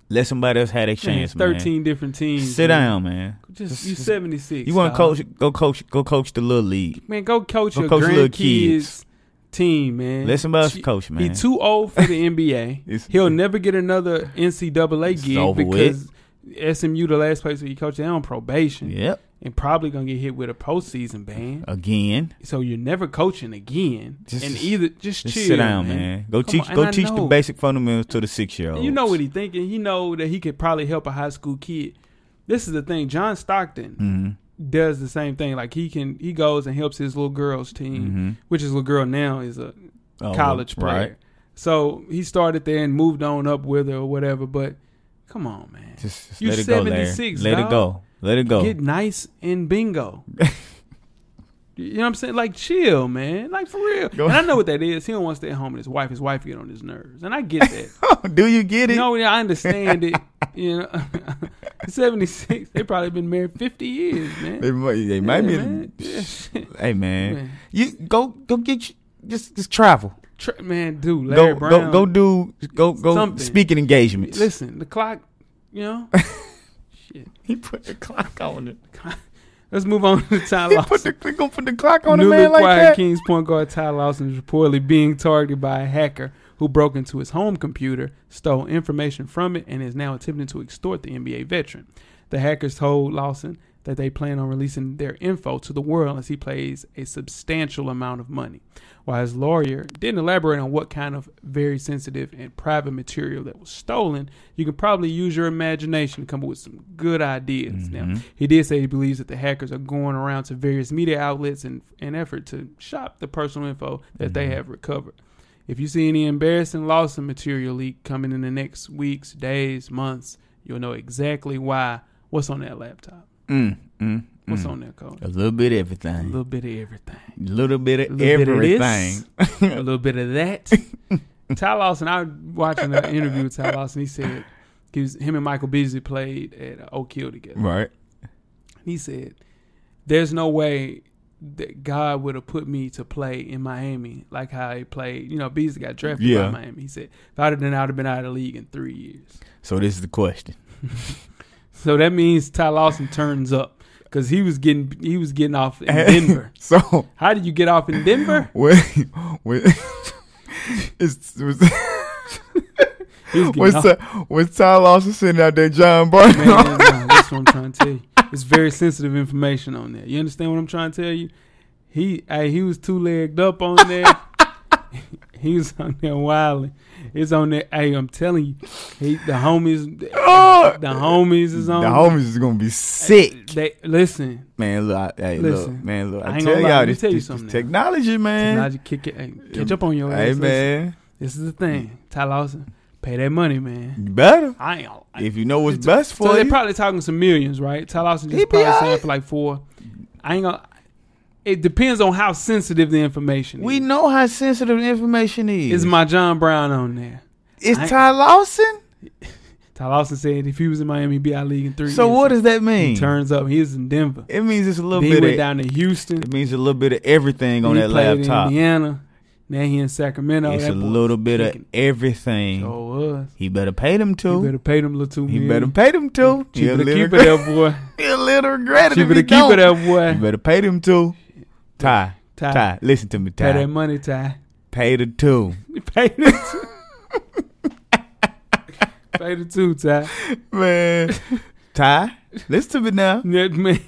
Let somebody else have Man, their Oh. chance, man. Thirteen different teams. Sit man. down, man. Just you seventy six. You want to coach? Go coach. Go coach the little league. Man, go coach Go your coach little grandkids' kids. team, man. Let somebody else She- coach, man. He too old for the NBA. It's- He'll never get another NCAA It's gig over because SMU, the last place where you coach, they're on probation Yep. and probably gonna get hit with a postseason ban. Again. So you're never coaching again. Just- and either just, Just chill, sit down, man. man. Go Come teach. on, Go and I teach the know- basic fundamentals to the six year And old. You know what he thinking. He know that he could probably help a high school kid. This is the thing. John Stockton Mm-hmm. Oh, Mm. does the same thing. Like he can, he goes and helps his little girl's team, which his little girl now is a Mm-hmm. Oh, college player. right. So he started there and moved on up with her or whatever. But come on, man, Just, just You let it go, Larry. 76, Let dog. it go. Let it go. get nice and bingo. you know what I'm saying? Like chill, man. Like for real. Go- And I know what that is. He don't want to stay at home with his wife. His wife get on his nerves, and I get that. Do you get it? No, yeah, I understand it. You know, seventy six. They probably been married fifty years, man. They might, they might Yeah, be. man. Yeah. Hey, man. Man. You go. Go get. You, just just travel. Tra- man, dude, Larry go Brown. go go do go go Something. speaking engagements. Listen, the clock. You know. Shit. He put the clock on it. Let's move on to Ty He put Lawson. the he gonna put the clock on a Newly man like acquired that. Kings point guard Ty Lawson is reportedly being targeted by a hacker who broke into his home computer, stole information from it, and is now attempting to extort the NBA veteran. The hackers told Lawson that they plan on releasing their info to the world as he pays a substantial amount of money, while his lawyer didn't elaborate on what kind of very sensitive and private material that was stolen. You can probably use your imagination to come up with some good ideas. Now, he did say he believes that the hackers are going around to various media outlets in an effort to shop the personal info that Mm-hmm. they have recovered. If you see any embarrassing Lawson material leak coming in the next weeks, days, months, you'll know exactly why. What's on that laptop? Mm, mm, What's mm. on that code? A little bit of A everything. little bit of everything. A little bit A of little bit of everything. this, a little bit of that. Ty Lawson, I was watching an interview with Ty Lawson. He said he was, him and Michael Beasley played at uh, Oak Hill together. Right. He said, "There's no way that God would have put me to play in Miami like how he played. You know, Beasley got drafted Yeah. by Miami. He said if I'd have done, I'd have been out of the league in three years. So this is the question. So that means Ty Lawson turns up because he was getting he was getting off in Denver. so how did you get off in Denver? when, when it's, was He was getting was, off. Ty, was Ty Lawson sitting out there, John Barton? Man, no, that's what I'm trying to tell you. It's very sensitive information on there. You understand what I'm trying to tell you? He, hey, he was two legged up on there. he was on there wilding. It's on there. Hey, I'm telling you, he, the homies, the Oh! homies is the on. homies is gonna be sick, They listen. man. Look, I, hey, look, Listen, man, look. I I, ain't tell gonna lie, y'all let me this, tell you this, this something now. technology, man. Technology kick it. Hey, catch up on your ass. Hey, Listen, man, This is the thing. Ty Lawson, pay that money, man. you better I ain't. I- if you know what's It's- best for So they're you. probably talking some millions, right? Ty Lawson He just be probably all signed right. for like four. I ain't gonna. It depends on how sensitive the information we is. know how sensitive information is. Is my John Brown on there? It's I- Ty Lawson. Ty Lawson said if he was in Miami, he'd be out of league in three. So years. what does that He mean? turns up. He was in Denver. It means it's a little Then he bit. went Of, down to Houston. it means a little bit of everything on He that played laptop. in Indiana. Now he in Sacramento. it's That a boy little bit of kicking. everything. Sure was. He better pay them You too. better pay them little two He million. better pay them too. Cheaper to He'll keep it regret- there, boy. He'll little regret it. if Cheaper he to keep don't. it there, boy. You better pay them too. Ty, Ty, Ty, listen to me, pay that Ty. money, Ty. Pay the two. pay the two. pay the two, Ty. Man. Ty, listen to me now. Yeah, Man,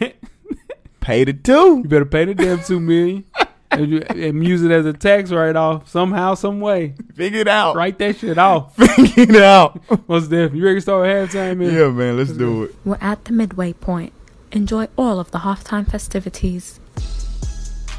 Pay the two. you better pay the damn two million. And, you- and use it as a tax write off somehow, some way. Figure it out. Write that shit off. Figure it out. Most definitely. You ready to start halftime, man? Yeah, man, let's do it. We're at the midway point. Enjoy all of the halftime festivities.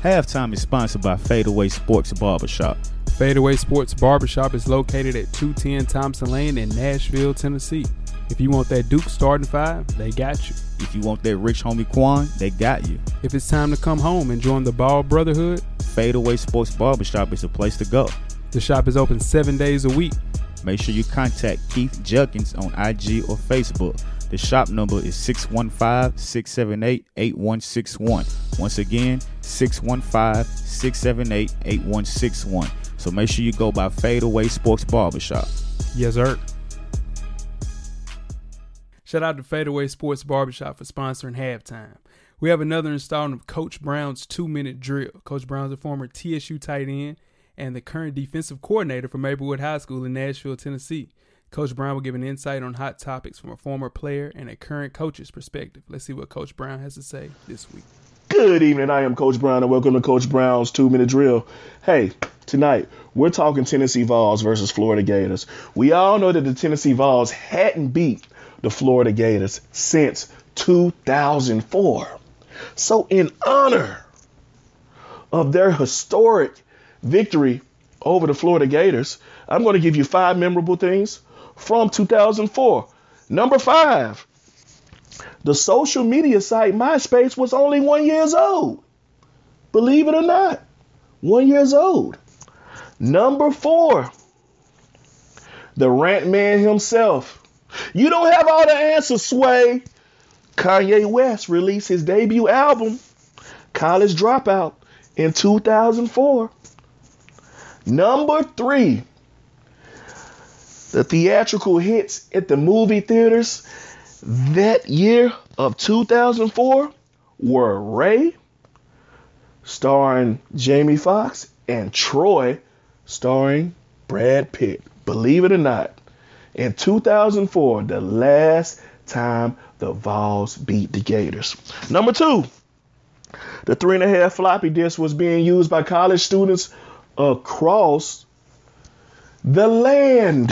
Halftime is sponsored by Fadeaway Sports Barbershop. Fadeaway Sports Barbershop is located at 210 Thompson Lane in Nashville, Tennessee. If you want that Duke starting five, they got you. If you want that rich homie Quan, they got you. If it's time to come home and join the Ball Brotherhood, Fadeaway Sports Barbershop is the place to go. the shop is open seven days a week. Make sure you contact Keith Judkins on IG or Facebook. The shop number is 615 678 8161. Once again, 615 678 8161. So make sure you go by Fadeaway Sports Barbershop. Yes, sir. Shout out to Fadeaway Sports Barbershop for sponsoring halftime. We have another installment of Coach Brown's two minute drill. Coach Brown's a former TSU tight end and the current defensive coordinator for Maplewood High School in Nashville, Tennessee. Coach Brown will give an insight on hot topics from a former player and a current coach's perspective. Let's see what Coach Brown has to say this week. Good evening. I am Coach Brown, and welcome to Coach Brown's Two Minute Drill. Hey, tonight we're talking Tennessee Vols versus Florida Gators. We all know that the Tennessee Vols hadn't beat the Florida Gators since 2004. So, in honor of their historic victory over the Florida Gators, I'm going to give you five memorable things from 2004. Number five, the social media site MySpace was only one years old. Believe it or not, one years old. Number four, the rant man himself. You don't have all the answers, Sway. Kanye West released his debut album, College Dropout, in 2004. Number three, the theatrical hits at the movie theaters that year of 2004 were Ray, starring Jamie Foxx, and Troy, starring Brad Pitt. Believe it or not, in 2004, the last time the Vols beat the Gators. Number two, the three and a half floppy disk was being used by college students across the land.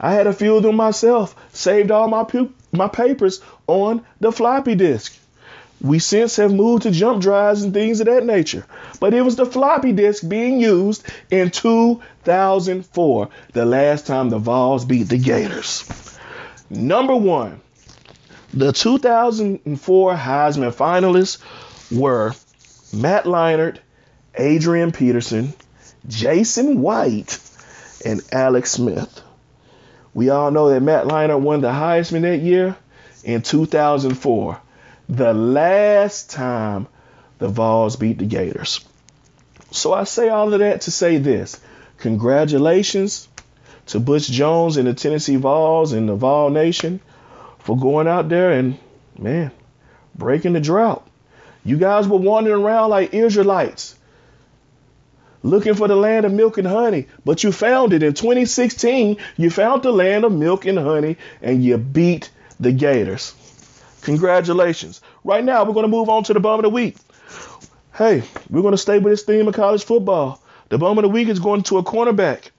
I had a few of them myself. Saved all my pu- my papers on the floppy disk. We since have moved to jump drives and things of that nature. But it was the floppy disk being used in 2004, the last time the Vols beat the Gators. Number one, the 2004 Heisman finalists were Matt Leinart, Adrian Peterson, Jason White, and Alex Smith. We all know that Matt Leinart won the Heisman that year in 2004, the last time the Vols beat the Gators. So I say all of that to say this: congratulations to Butch Jones and the Tennessee Vols and the Vol Nation for going out there and man breaking the drought. You guys were wandering around like Israelites. Looking for the land of milk and honey, but you found it in 2016. You found the land of milk and honey, and you beat the Gators. Congratulations. Right now, we're going to move on to the bum of the week. Hey, we're going to stay with this theme of college football. The bum of the week is going to a cornerback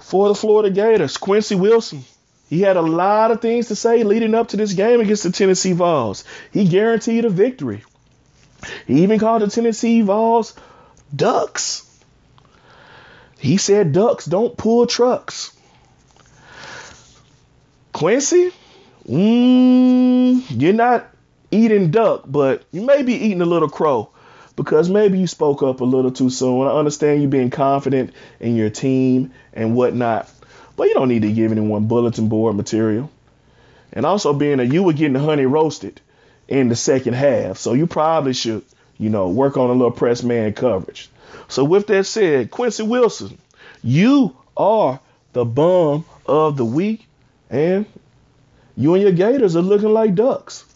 for the Florida Gators, Quincy Wilson. He had a lot of things to say leading up to this game against the Tennessee Vols. He guaranteed a victory. He even called the Tennessee Vols ducks. He said ducks don't pull trucks. Quincy, mm, you're not eating duck, but you may be eating a little crow because maybe you spoke up a little too soon. I understand you being confident in your team and whatnot, but you don't need to give anyone bulletin board material. And also being that you were getting honey roasted in the second half, so you probably should, you know, work on a little press man coverage. So with that said, Quincy Wilson, you are the bum of the week, and you and your Gators are looking like ducks.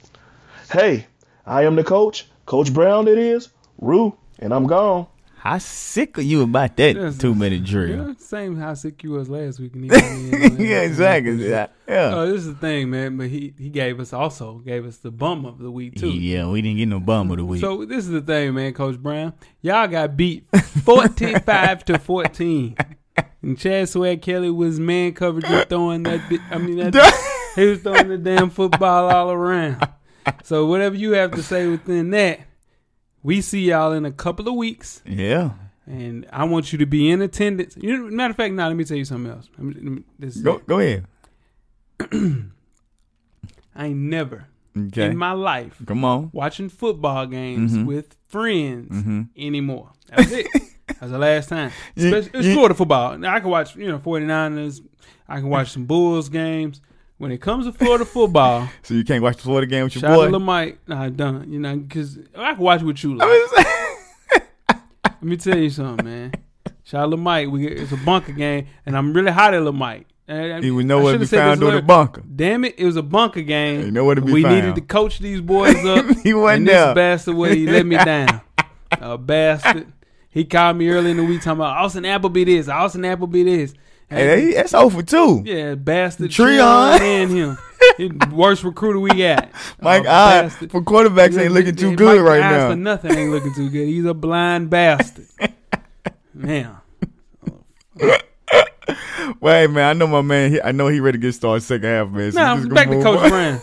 Hey, I am the coach, Coach Brown. It is Rue, and I'm gone. How sick are you about that Yes. two minute drill? Yeah, same how sick you was last week. And he came in on that. Yeah, exactly. Yeah. Yeah. Uh, this is the thing, man. But he, he gave us also gave us the bum of the week too. yeah, we didn't get no bum of the week. So this is the thing, man, Coach Brown. Y'all got beat fourteen five to fourteen. And Chad Swag Kelly was man coverage and throwing that bit I mean that he was throwing the damn football all around. So whatever you have to say within that, we see y'all in a couple of weeks. yeah. and I want you to be in attendance. You know, matter of fact, now let me tell you something else. Let me, let me- this is Go it. go ahead. I ain't never Okay. in my life Come on. watching football games with friends anymore. That was it. that was the last time. You- Especially, it's you- Florida football. Now, I can watch, you know, 49ers. I can watch some Bulls games. When it comes to Florida football, So you can't watch the Florida game with your shout out boy. to Mike. Nah, done. You know, because I can watch with you. Like. Let me tell you something, man. Shout out to Mike. We get, it's a bunker game, and I'm really hot at Mike. And, He would know I where to should've be said found this on the earlier. bunker. Damn it, it was a bunker game. He know where to be we found. needed to coach these boys up. He and wasn't there. this bastard way he let me down. a bastard. He called me early in the week talking about Austin Appleby this, Austin Appleby this. Hey, that- that's over two. yeah, bastard Treon. Treon and him. He the worst recruiter we got. Mike A I Oh, bastard. for quarterbacks ain't looking too good Mike right Ives now. For nothing ain't looking too good. He's a blind bastard. Man, Well, hey man, I know my man. He, I know he ready to get started second half, man. So now we just gonna back to move Coach on. Brown.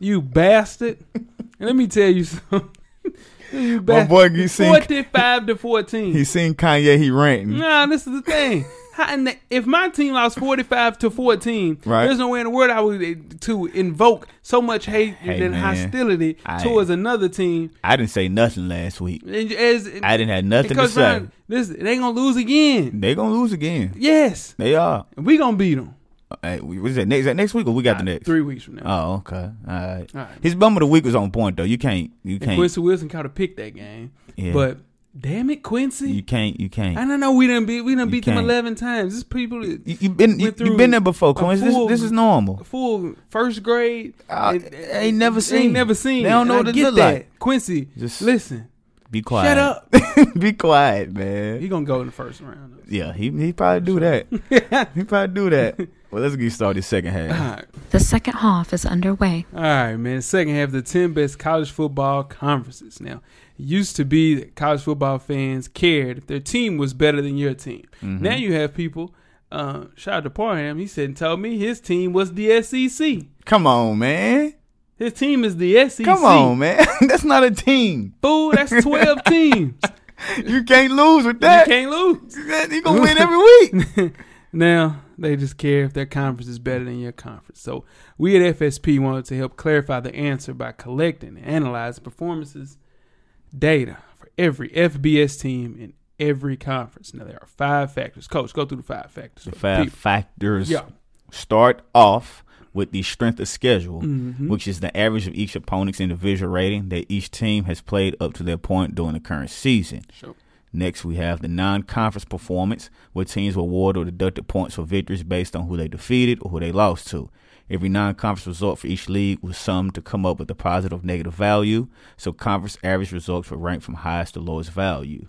You bastard. And let me tell you something. you My bastard. boy, he seen Forty-five to fourteen. he seen Kanye. He ranting. nah, this is the thing. How in the, if my team lost forty-five to fourteen, Right. there's no way in the world I would eh, to invoke so much hate Hey, and man. hostility I- towards another team. I didn't say nothing last week. And As, I didn't have nothing to because say. Ryan, this they gonna lose again. They gonna lose again. Yes, They are. we gonna beat them Hey, we- what is that next? Is that next week or we got the next? three weeks from now. Oh, okay. All right. All right. His bum of the week was on point though. You can't. You And can't. Quincy Wilson kind of picked that game, Yeah. but damn it, Quincy! you can't. You can't. I don't know. We done beat. We done beat them can't. eleven times. This people. that- you, you been. You, Went you through been there before, a Coins. This, full- this is normal. Full first grade. I- It- it- Uh, ain't never it- seen Ain't it. never seen. They it. don't And know I what it get look that. like. Quincy, Just listen. Be quiet. up. Be quiet, man. He gonna go in the first round. Yeah, he he probably do that. he probably do that. Well, let's get started second All half. right, The second half is underway. all right, man. Second half, the ten best college football conferences. Now, it used to be that college football fans cared if their team was better than your team. Mm-hmm. Now you have people. Uh, shout out to Parham. He said and told me his team was the SEC. Come on, man. His team is the SEC. Come on, man. That's not a team. Fool, that's 12 teams. You can't lose with You that. can't lose. You gonna win every week. Now, they just care if their conference is better than your conference. So, we at FSP wanted to help clarify the answer by collecting and analyzing performances data for every FBS team in every conference. Now, there are five factors. Coach, go through the five factors. for the Five people. factors. Yeah. Start off with the strength of schedule, which is the average of each opponent's individual rating that each team has played up to their point during the current season. Sure. Next, we have the non-conference performance, where teams were awarded or deducted points for victories based on who they defeated or who they lost to. Every non-conference result for each league was summed to come up with a positive negative value, so conference average results were ranked from highest to lowest value.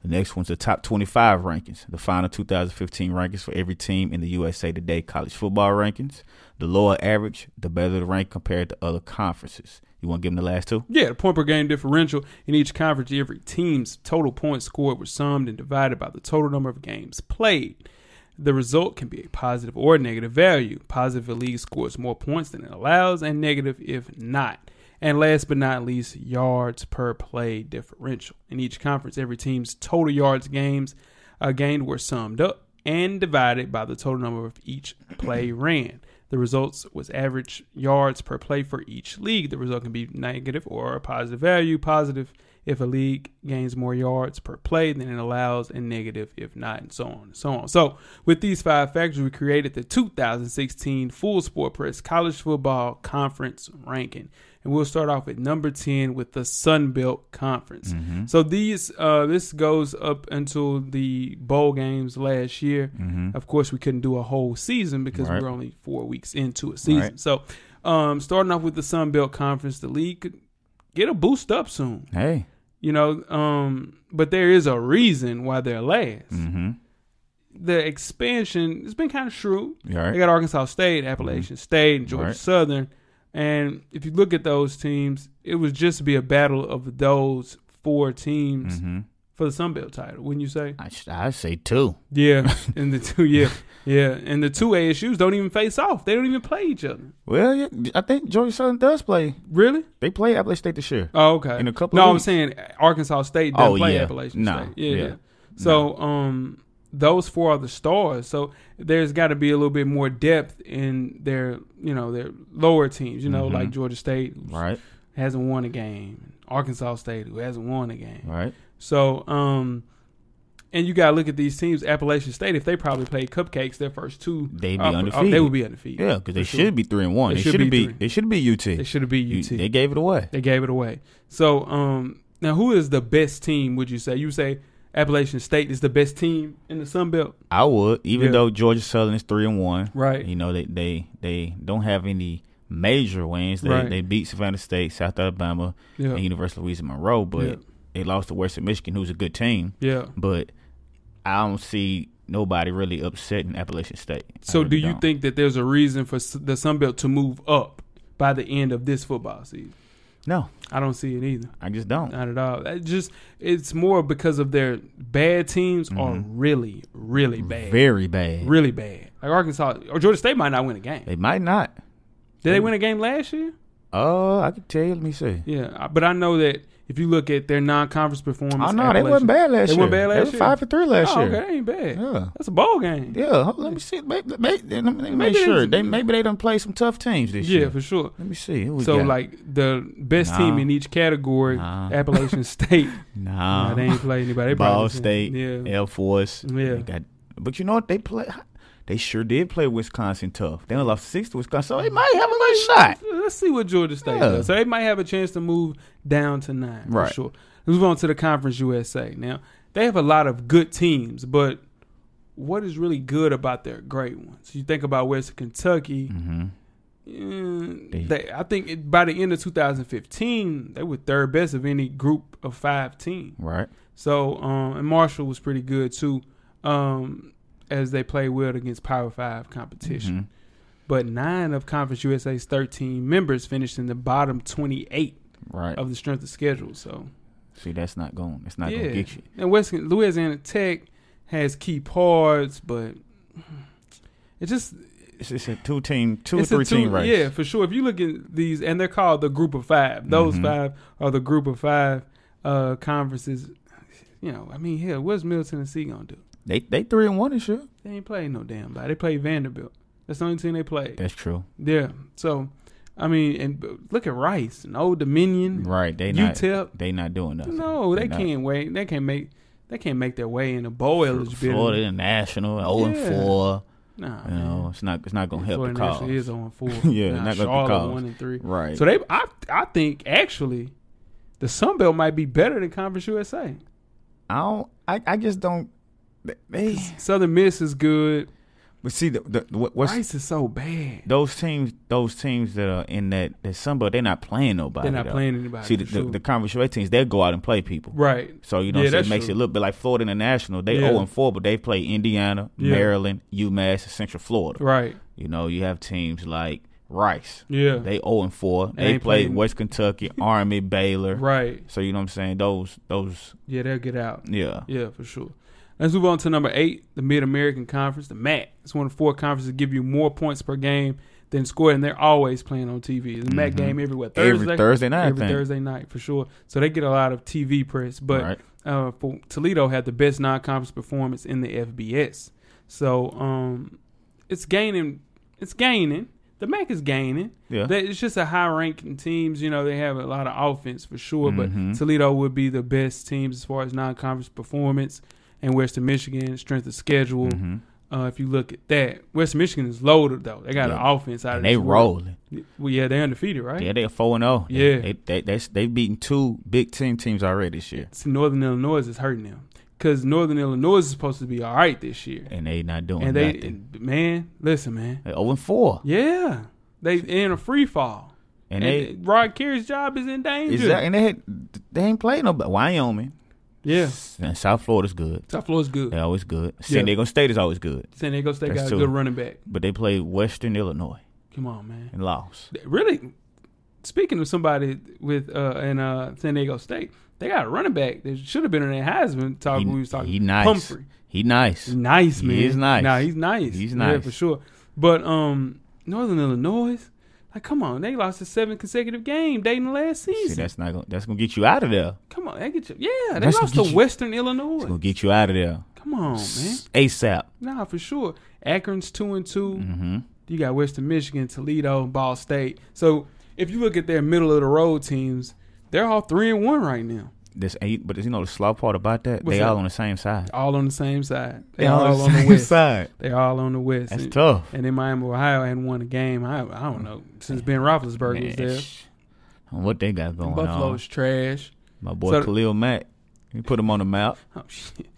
The next one's the top 25 rankings, the final 2015 rankings for every team in the USA Today college football rankings. The lower average, the better the rank compared to other conferences. You want to give them the last two? Yeah, the point per game differential in each conference, every team's total points scored were summed and divided by the total number of games played. The result can be a positive or negative value. Positive if a league scores more points than it allows, and negative if not. And last but not least, yards per play differential. In each conference, every team's total yards games uh, gained were summed up and divided by the total number of each play ran. The results was average yards per play for each league. The result can be negative or a positive value. Positive if a league gains more yards per play than it allows, and negative if not, and so on and so on. So, with these five factors, we created the 2016 Full Sport Press College Football Conference ranking. And we'll start off at number 10 with the Sun Belt Conference. Mm-hmm. So, these uh, this goes up until the bowl games last year. Of course, we couldn't do a whole season because Mm-hmm. Right. we were only four weeks into a season. Right. So, um, starting off with the Sun Belt Conference, the league could get a boost up soon Hey. you know um but there is a reason why they're last Mm-hmm. the expansion has been kind of shrewd All they right. Mm-hmm. got arkansas state appalachian state and georgia Right. southern and if you look at those teams it was just be a battle of those four teams Mm-hmm. for the sun belt title wouldn't you say I, sh- I say two. yeah and the two yeah yeah and the two asus don't even face off they don't even play each other Well, yeah, I think Georgia Southern does play. really They play Appalachian State this year. Oh, okay. In a couple No, of I'm weeks. saying Arkansas State doesn't Oh, play yeah. Appalachian No, State. Yeah, yeah. yeah. So, um, those four are the stars. So there's got to be a little bit more depth in their, you know, their lower teams. You know, Mhm. like Georgia State who Right. hasn't won a game, Arkansas State who hasn't won a game. Right. So, um, and you got to look at these teams. Appalachian State, if they probably played cupcakes, their first two, They'd be uh, undefeated. they would be undefeated. Yeah, because they for sure. should be three and one. They They should should be be. three. They should be UT. They should have beat You- UT. They gave it away. They gave it away. So, um, now who is the best team? Would you say? You say Appalachian State is the best team in the Sun Belt, I would, even Yeah. though Georgia Southern is three and one. Right. You know they they they don't have any major wins. They Right. they beat Savannah State, South Alabama, Yeah. and University of Louisiana Monroe, but Yeah. they lost to Western Michigan, who's a good team. Yeah. But I don't see nobody really upsetting Appalachian State. I So, really do you don't. think that there's a reason for s- the Sun Belt to move up by the end of this football season? No, I don't see it either. I just don't. Not at all. It just it's more because of their bad teams are really, really bad, Mm-hmm. Very bad. really bad. Like Arkansas or Georgia State might not win a game. They might not. Did they win a game last year? Oh, I can tell you. Let me see. Yeah, I- but I know that if you look at their non-conference performance, Oh no, they Appalachian- wasn't bad last They year. weren't bad last They year? were five and three last oh, year. okay, that ain't bad. Yeah. That's a ball game. Yeah, Yeah, hold- let me see. Maybe, maybe, let me make Maybe they- sure they maybe they done play some tough teams this year. for sure. Let me see. Who we So got? like the best Nah. team in each category, Nah. Appalachian State. nah, Nah, they ain't play anybody. They probably Ball just- State, Yeah. Air Force. Yeah. they got, but you know what? They play. They sure did play Wisconsin tough. They only lost six to Wisconsin, so they might have a little shot. Let's see what Georgia State Yeah. does. So they might have a chance to move down to nine for Right. sure. Let's move on to the Conference USA. Now they have a lot of good teams, but what is really good about their great ones? You think about Western Kentucky. Mm-hmm. Mm, They- they, I think it, by the end of 2015, they were third best of any group of five team. Right. So, um, and Marshall was pretty good too, um, as they played well against Power Five competition. Mhm. But nine of Conference USA's 13 members finished in the bottom 28 Right. of the strength of schedule. So, See, that's not going. It's not yeah. going to get you. And West Louisiana Tech has key parts, but it just It's, it's a two team, two or It's a three team two- race. Yeah, for sure. If you look at these, and they're called the group of five. Those Mhm. five are the group of five uh, conferences. You know, I mean, hell, what's Middle Tennessee gonna do? They they three and one this year. They ain't playing no damn body. They played Vanderbilt. That's the only team they played. That's true. Yeah. So, I mean, and b- look at Rice and Old Dominion. Right. They not. UTEP. They not doing nothing. Mm. No, they not. can't wait. They can't make. They can't make their way in a bowl Florida eligibility. International, zero and Yeah. four. Nah, You know, it's not it's not gonna help the cause. is on four. Yeah, Nah, not gonna help the Charlotte cause. one and three. Right. So they, I, I think actually, the Sun Belt might be better than Conference USA. I don't. I, I just don't. They, Southern Miss is good. but see the, the what- what's Rice is so bad. those teams those teams that are in that that Sunbelt they're not playing nobody. They're not though. playing anybody. See the, for sure. the the conference USA teams they go out and play people. right. So you know, what Yeah, I'm saying? that's it makes true. it look. But like Florida International, they Yeah. zero and four, but they play Indiana, Yeah. Maryland, UMass, and Central Florida. Right. You know, you have teams like Rice. Yeah. They zero and four. They They, ain't play playing- West Kentucky, Army, Baylor. right. So you know what I'm saying? Those those Yeah, they'll get out. yeah. Yeah, for sure. Let's move on to number eight, the Mid American Conference, the MAC. It's one of four conferences that give you more points per game than scored, and they're always playing on TV. The MAC Mhm. game everywhere Thursday, Every Thursday night, I every think. Thursday night for sure. So they get a lot of TV press, but Right. uh, for Toledo had the best non-conference performance in the FBS. So um, it's gaining, it's gaining. the Mac is gaining. Yeah. They- it's just a high ranking teams. You know, they have a lot of offense for sure, Mm-hmm. but Toledo would be the best teams as far as non conference performance and Western Michigan strength of schedule. Uh, if you look at that, Western Michigan is loaded though. They got Mm-hmm. Yeah. an offense out of And they this world. rolling. Well, yeah, they're undefeated, right? Yeah, they're four and zero. Yeah. they they they they've beaten two Big Ten teams already this year, See, Northern Illinois is hurting them because Northern Illinois is supposed to be all right this year, and they not doing and they nothing. man, listen, man, They zero and four, yeah, they in a free fall, and and, uh, they Rod Carey's job is in danger. exactly and they had, they ain't playing nobody. Wyoming Yeah, and South Florida's good. South Florida's good. They're always good. San Yeah. Diego State is always good, San Diego State That's got a two. good running back. but they played Western Illinois Come on, man. and lost. Really, speaking of somebody with uh in uh San Diego State, they got a running back that should have been in that Heisman talk we was talking. he nice. Humphrey. He nice. nice, He man. is nice. Nah, he's nice. He's Yeah, nice. for sure. But um, Northern Illinois, like, come on, they lost a seven consecutive game dating last See, season. that's not gonna that's gonna get you out of there. come on, they get you. Yeah, they That's lost gonna to get you- Western It's gonna Illinois. get you out of there Come on, man. ASAP. Nah, for sure. Akron's two and 2 Mm-hmm. You got Western Michigan, Toledo, Ball State. So if you look at their middle of the road teams, they're all three and one right now, This eight, but you know the slow part about that? What's they that? all on the same side. all on the same side. They're all, on the same west. side. They're all on the west. That's And- tough. And then Miami, Ohio hadn't won a game. I, I don't know since Ben Roethlisberger was Man, there. sh- on What they got going Buffalo on? is trash. My boy So- Khalil Mack. You put him on the map. Oh shit,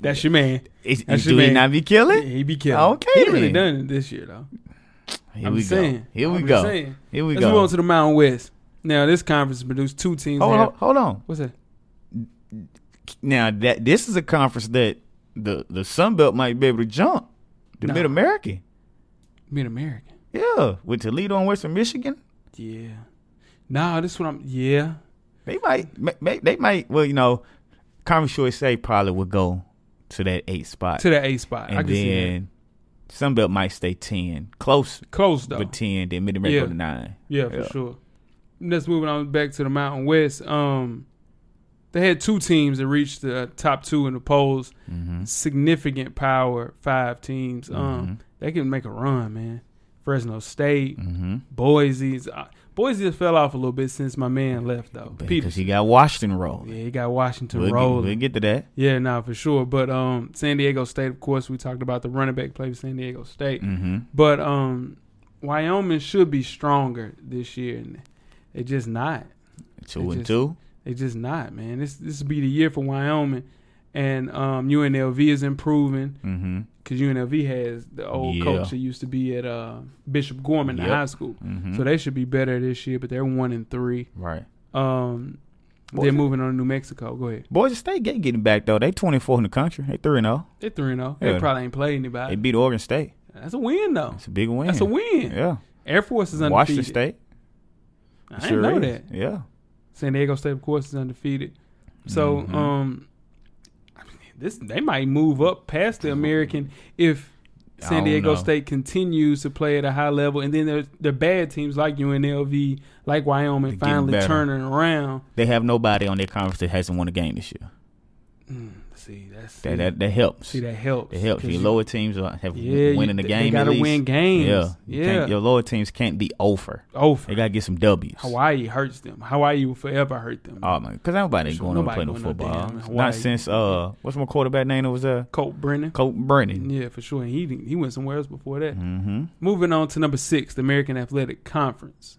that's your man. Is, is- That should do he be- not be killing? He be killing. Okay, he really then. done it this year though. Here I'm we go. saying. Here we I'm go. saying. Here we Let's move on go. to the Mountain West. Now this conference produced two teams. Hold that on, have- hold on. What's that? Now that this is a conference that the the Sun Belt might be able to jump. The Nah. Mid American, Mid American. yeah, with Toledo and Western Michigan, Yeah. Nah, this one I'm. Yeah. they might. ma- ma- They might. Well, you know, Conference USA probably would go to that eight spot, To the A spot. I and can see that. then Sun Belt might stay ten, close Close though. but ten. Then Mid American Yeah. go to nine. Yeah, for sure. Let's moving on back to the Mountain West. Um, they had two teams that reached the top two in the polls. Mm-hmm. Significant power five teams. Um, they can make a run, man. Fresno Mm. State, Mm-hmm. Boise's. Uh, Boise has fell off a little bit since my man left though. Peter, Because he got Washington roll. yeah, he got Washington We'll, get, rolling. we'll get to that. Yeah, nah, for sure. But um, San Diego State, of course, we talked about the running back play for San Diego State. Mm-hmm. But um, Wyoming should be stronger this year, and they just not. Two It and just- two. They just not, man. This this will be the year for Wyoming, and um, UNLV is improving Mm-hmm. because UNLV has the old Yeah. coach that used to be at uh, Bishop Gorman Yep. High School, Mhm. so they should be better this year. But they're one and three. Right. Um, What they're was it? moving on to New Mexico. Go ahead. Boise State get- getting back though. They twenty four in the country. They three and zero. They're three and zero. They Yeah. probably ain't played They anybody. beat Oregon State. That's a win though. That's a big win. That's a win. Yeah. Air Force is undefeated. Washington State. I didn't know is. that. Yeah. San Diego State, of course, is undefeated. So, Mm-hmm. um, I mean, this they might move up past the American if I San don't Diego know. State continues to play at a high level, and then there's the bad teams like UNLV, like They're Wyoming, getting finally better. turning around. They have nobody on their conference that hasn't won a game this year. See, that's That that, that helps. see that helps. It helps. 'Cause Your you- lower teams are, have Yeah, you- winning the they- game. They gotta at least. win games. Yeah. Yeah, You can't- Your lower teams can't be over. Over. They gotta get some W's. Hawaii hurts them. Hawaii will forever hurt them. Oh my, because nobody Sure, going nobody over playing no going no football. damn Hawaii. Not since uh, what's my quarterback name that was uh, Colt Brennan. Colt Brennan. Yeah, for sure. And he didn't- he went somewhere else before that. Mm-hmm. Moving on to number six, the American Athletic Conference.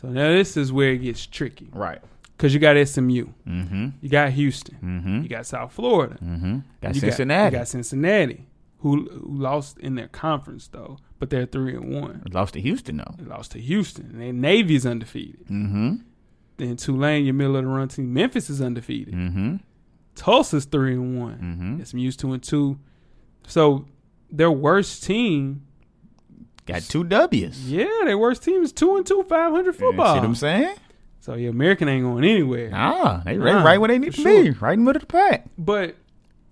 So now this is where it gets tricky Right. because you got SMU, Mm-hmm. you got Houston, Mm-hmm. you got South Florida, Mm-hmm. Got you Cincinnati. got, you got Cincinnati, who, who lost in their conference though, but they're three and one. Lost to Houston though. They lost to Houston, and then Navy's undefeated. Mm-hmm. Then Tulane, your middle of the run team, Memphis is undefeated. Mm-hmm. Tulsa's three and one. Mm-hmm. SMU's two and two. So their worst team, Got two W's. yeah, their worst team is two and two, five hundred football. See what I'm saying? So yeah, American ain't going anywhere. Nah, they Nah, right, right where they need for to be, sure. right in the middle of the pack. But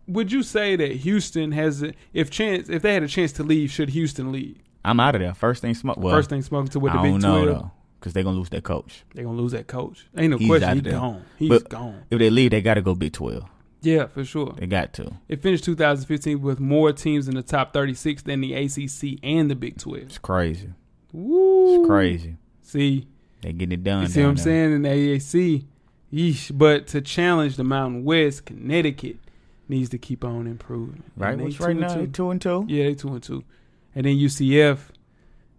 would you say that Houston has a, if chance if they had a chance to leave, should Houston leave? I'm out of there. First thing, smoke. Well, First thing smoking to with I the Big don't know Twelve, though, because they're gonna lose their coach. they're gonna lose that coach. Ain't no He's question. out He's of there. gone. He's But- gone. If they leave, they gotta go Big Twelve. Yeah, for sure. They got to. It finished 2015 with more teams in the top 36 than the ACC and the Big 12. It's crazy. Woo! It's crazy. See, They getting it done. you see what down I'm there. saying in the AAC. Yeesh. But to challenge the Mountain West, Connecticut needs to keep on improving. Right, And they which two right and now two. they two and two. Yeah, they two and two, and then UCF,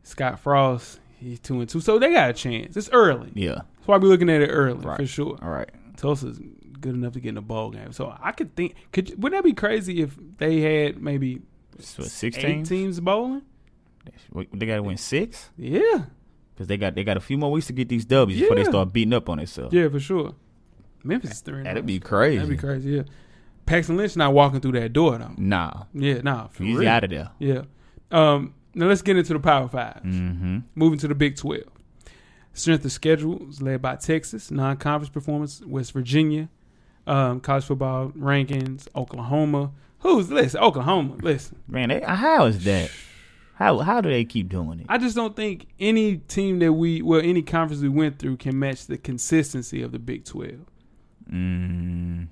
Scott Frost, he's two and two. So they got a chance. It's early. Yeah. That's why we're looking at it early for Right. sure. All right. Tulsa's good enough to get in a bowl game. So I could think. Could wouldn't that be crazy if they had maybe So eight sixteen. teams bowling? They got to win six Yeah, because they got they got a few more weeks to get these W's before they Yeah. start beating up on themselves. yeah, for sure. Memphis is three. and That'd oh. be crazy. That'd be crazy. Yeah, Paxton Lynch not walking through that door though. Nah, Yeah, nah, for he's real. out of there. Yeah. Um. Now let's get into the Power 5 Mm-hmm. Moving to the Big 12. Strength of schedule is led by Texas. Non conference performance, West Virginia. Um, college football rankings, Oklahoma. Who's, listen, Oklahoma, listen. Man, they, how is that? How how do they keep doing it? I just don't think any team that we, well, any conference we went through can match the consistency of the Big 12. Mm,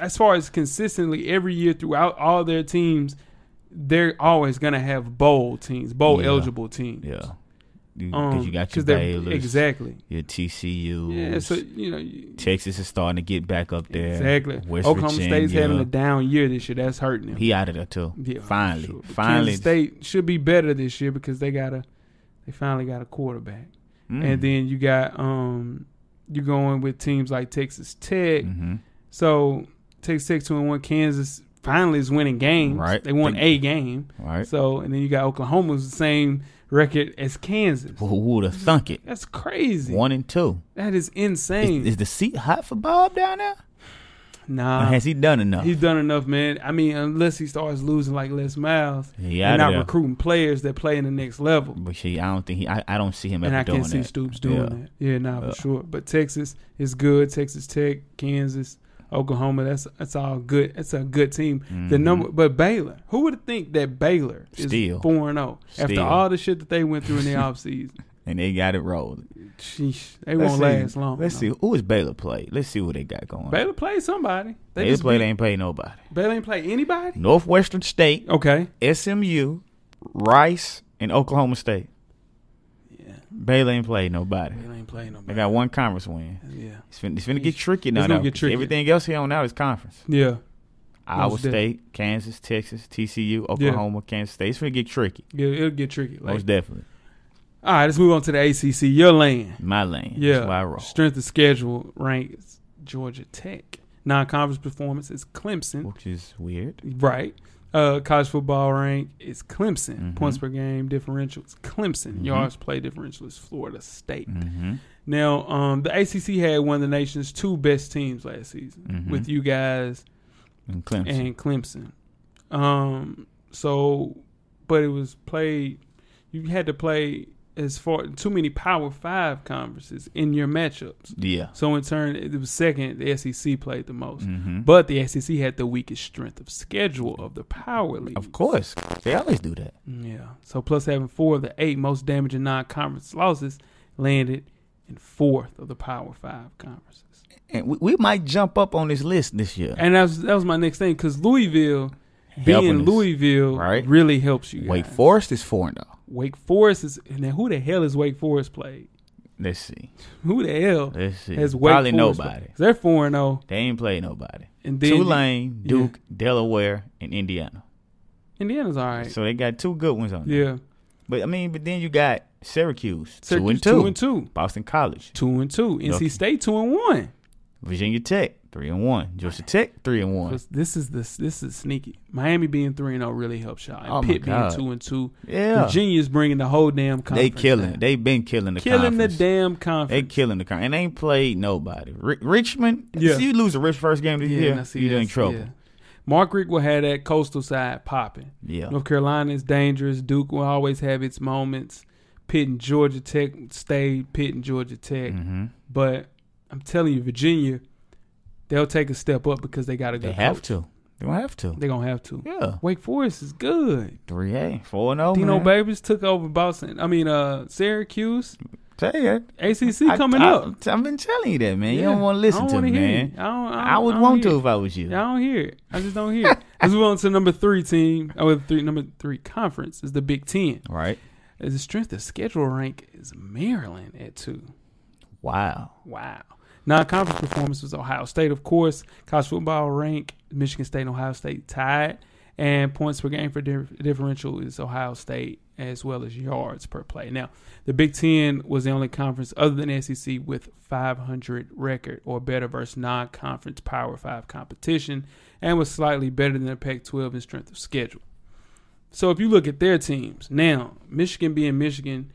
As far as consistently every year throughout all their teams, they're always going to have bowl teams, bowl Yeah. eligible teams. yeah, Um, because you got 'cause your they're- Baylor's, Exactly. your TCU. Yeah, so, you know, you- Texas is starting to get back up there. Exactly. West Oklahoma Virginia. State's having a down year this year. That's hurting them. He out of there too. Yeah, finally, for sure. But finally. Kansas State should be better this year because they got a, they finally got a quarterback. Mm. And then you got um, you going with teams like Texas Tech. Mhm. So Texas Tech two and one. Kansas finally is winning games. Right. They won Think- a game. All right. So and then you got Oklahoma's the same record as Kansas. Who would have thunk it? That's crazy. One and two. That is insane. Is, is the seat hot for Bob down there? Or nah. has he done enough? He's done enough, man. I mean, unless he starts losing like Les Miles He and outta not there. recruiting players that play in the next level. But she, I don't think he. I, I don't see him And ever I doing can see that. Stoops doing Yeah. that. Yeah, nah, Yeah. for sure. But Texas is good. Texas Tech, Kansas, Oklahoma. That's that's all good. That's a good team. The Mhm. number, but Baylor. Who would think that Baylor is Still. four and zero after Still. all the shit that they went through in the offseason? and they got it rolling. Sheesh, they Let's won't see. last long. Let's no. see who is Baylor play. Let's see what they got going. Baylor played somebody. They Baylor just play. beat- They ain't play nobody. Baylor ain't play anybody. Northwestern State, Okay. SMU, Rice, and Oklahoma State. Yeah. Baylor ain't play nobody. Baylor ain't playing nobody. They got one conference win. yeah. It's finna, it's finna get tricky now. gonna though, get 'cause tricky. Everything else here on out is conference. Yeah. Iowa definitely. State, Kansas, Texas, TCU, Oklahoma, Kansas State. It's finna get tricky. Yeah, it'll get tricky. Like, Most definitely. all right, let's move on to the ACC. Your land. My lane. Yeah. That's why I roll. Strength of schedule ranks Georgia Tech. Non conference performance is Clemson. Which is weird. Right. Uh, college football rank is Clemson. Mhm. Points per game differential is Clemson. Yards play differential is Florida State. Mm-hmm. Now, um, the ACC had one of the nation's two best teams last season Mhm. with you guys And Clemson. and Clemson. Um, so, but it was played. You had to play as far too many Power Five conferences in your matchups. yeah. So in turn, it was second. The SEC played the most, Mhm. but the SEC had the weakest strength of schedule of the power league. Of course. They always do that. Yeah. So plus having four of the eight most damaging non-conference losses landed in fourth of the Power Five conferences. And we, we might jump up on this list this year. And that was that was my next thing because Louisville. Helping being us. Louisville Right. really helps you. Wake guys. Forest is oh. 4 0. Wake Forest is and then who the hell is Wake Forest played? Let's see. Who the hell Let's see. has Wake Probably Forest nobody. played? They're four and zero, They ain't played nobody. and then Tulane, yeah. Duke, Delaware, and Indiana. Indiana's all right. So they got two good ones on there. yeah, But I mean, but then you got Syracuse, two Syracuse, and two. two and two, Boston College, two and two. NC Okay. State two and one. Virginia Tech, three and one. Georgia Tech, three and one. This is this this is sneaky. Miami being three and zero really helps y'all. And Oh my Pitt being God. two and two. Yeah, Virginia's bringing the whole damn they conference. killing. down. They been killing the killing conference. the damn They conference. killing the conference. And they ain't played nobody. Ri- Richmond, Yeah. see you lose the rich first game of the yeah, and I year, see you're in that's- yeah. trouble. Mark Rick will have that coastal side popping. Yeah. North Carolina is dangerous. Duke will always have its moments. Pitt and Georgia Tech stay Pitt and Georgia Tech. hmm But I'm telling you, Virginia, they'll take a step up because they got a good They have coach. to. They don't have to. They're gonna have to. Yeah. Wake Forest is good. Three A, four and oh, Dino man. Babies took over Boston. I mean, uh, Syracuse. Tell you, ACC I- coming I, up. I, have been telling you that, man. You Yeah. don't want to I listen don't to wanna me, hear man. it. I, don't, I, don't, I would don't want hear to it. if I was you. I don't hear it. I just don't hear it. Let's move on to number three team. Or three number three conference is the Big Ten. Right? As the strength of schedule rank is Maryland at two. Wow. Wow. Non-conference performance was Ohio State, of course. College football rank, Michigan State and Ohio State tied. And points per game for dif- differential is Ohio State as well as yards per play. Now, the Big Ten was the only conference other than SEC with 500 record or better versus non-conference Power 5 competition and was slightly better than the Pac-12 in strength of schedule. So if you look at their teams, now, Michigan being Michigan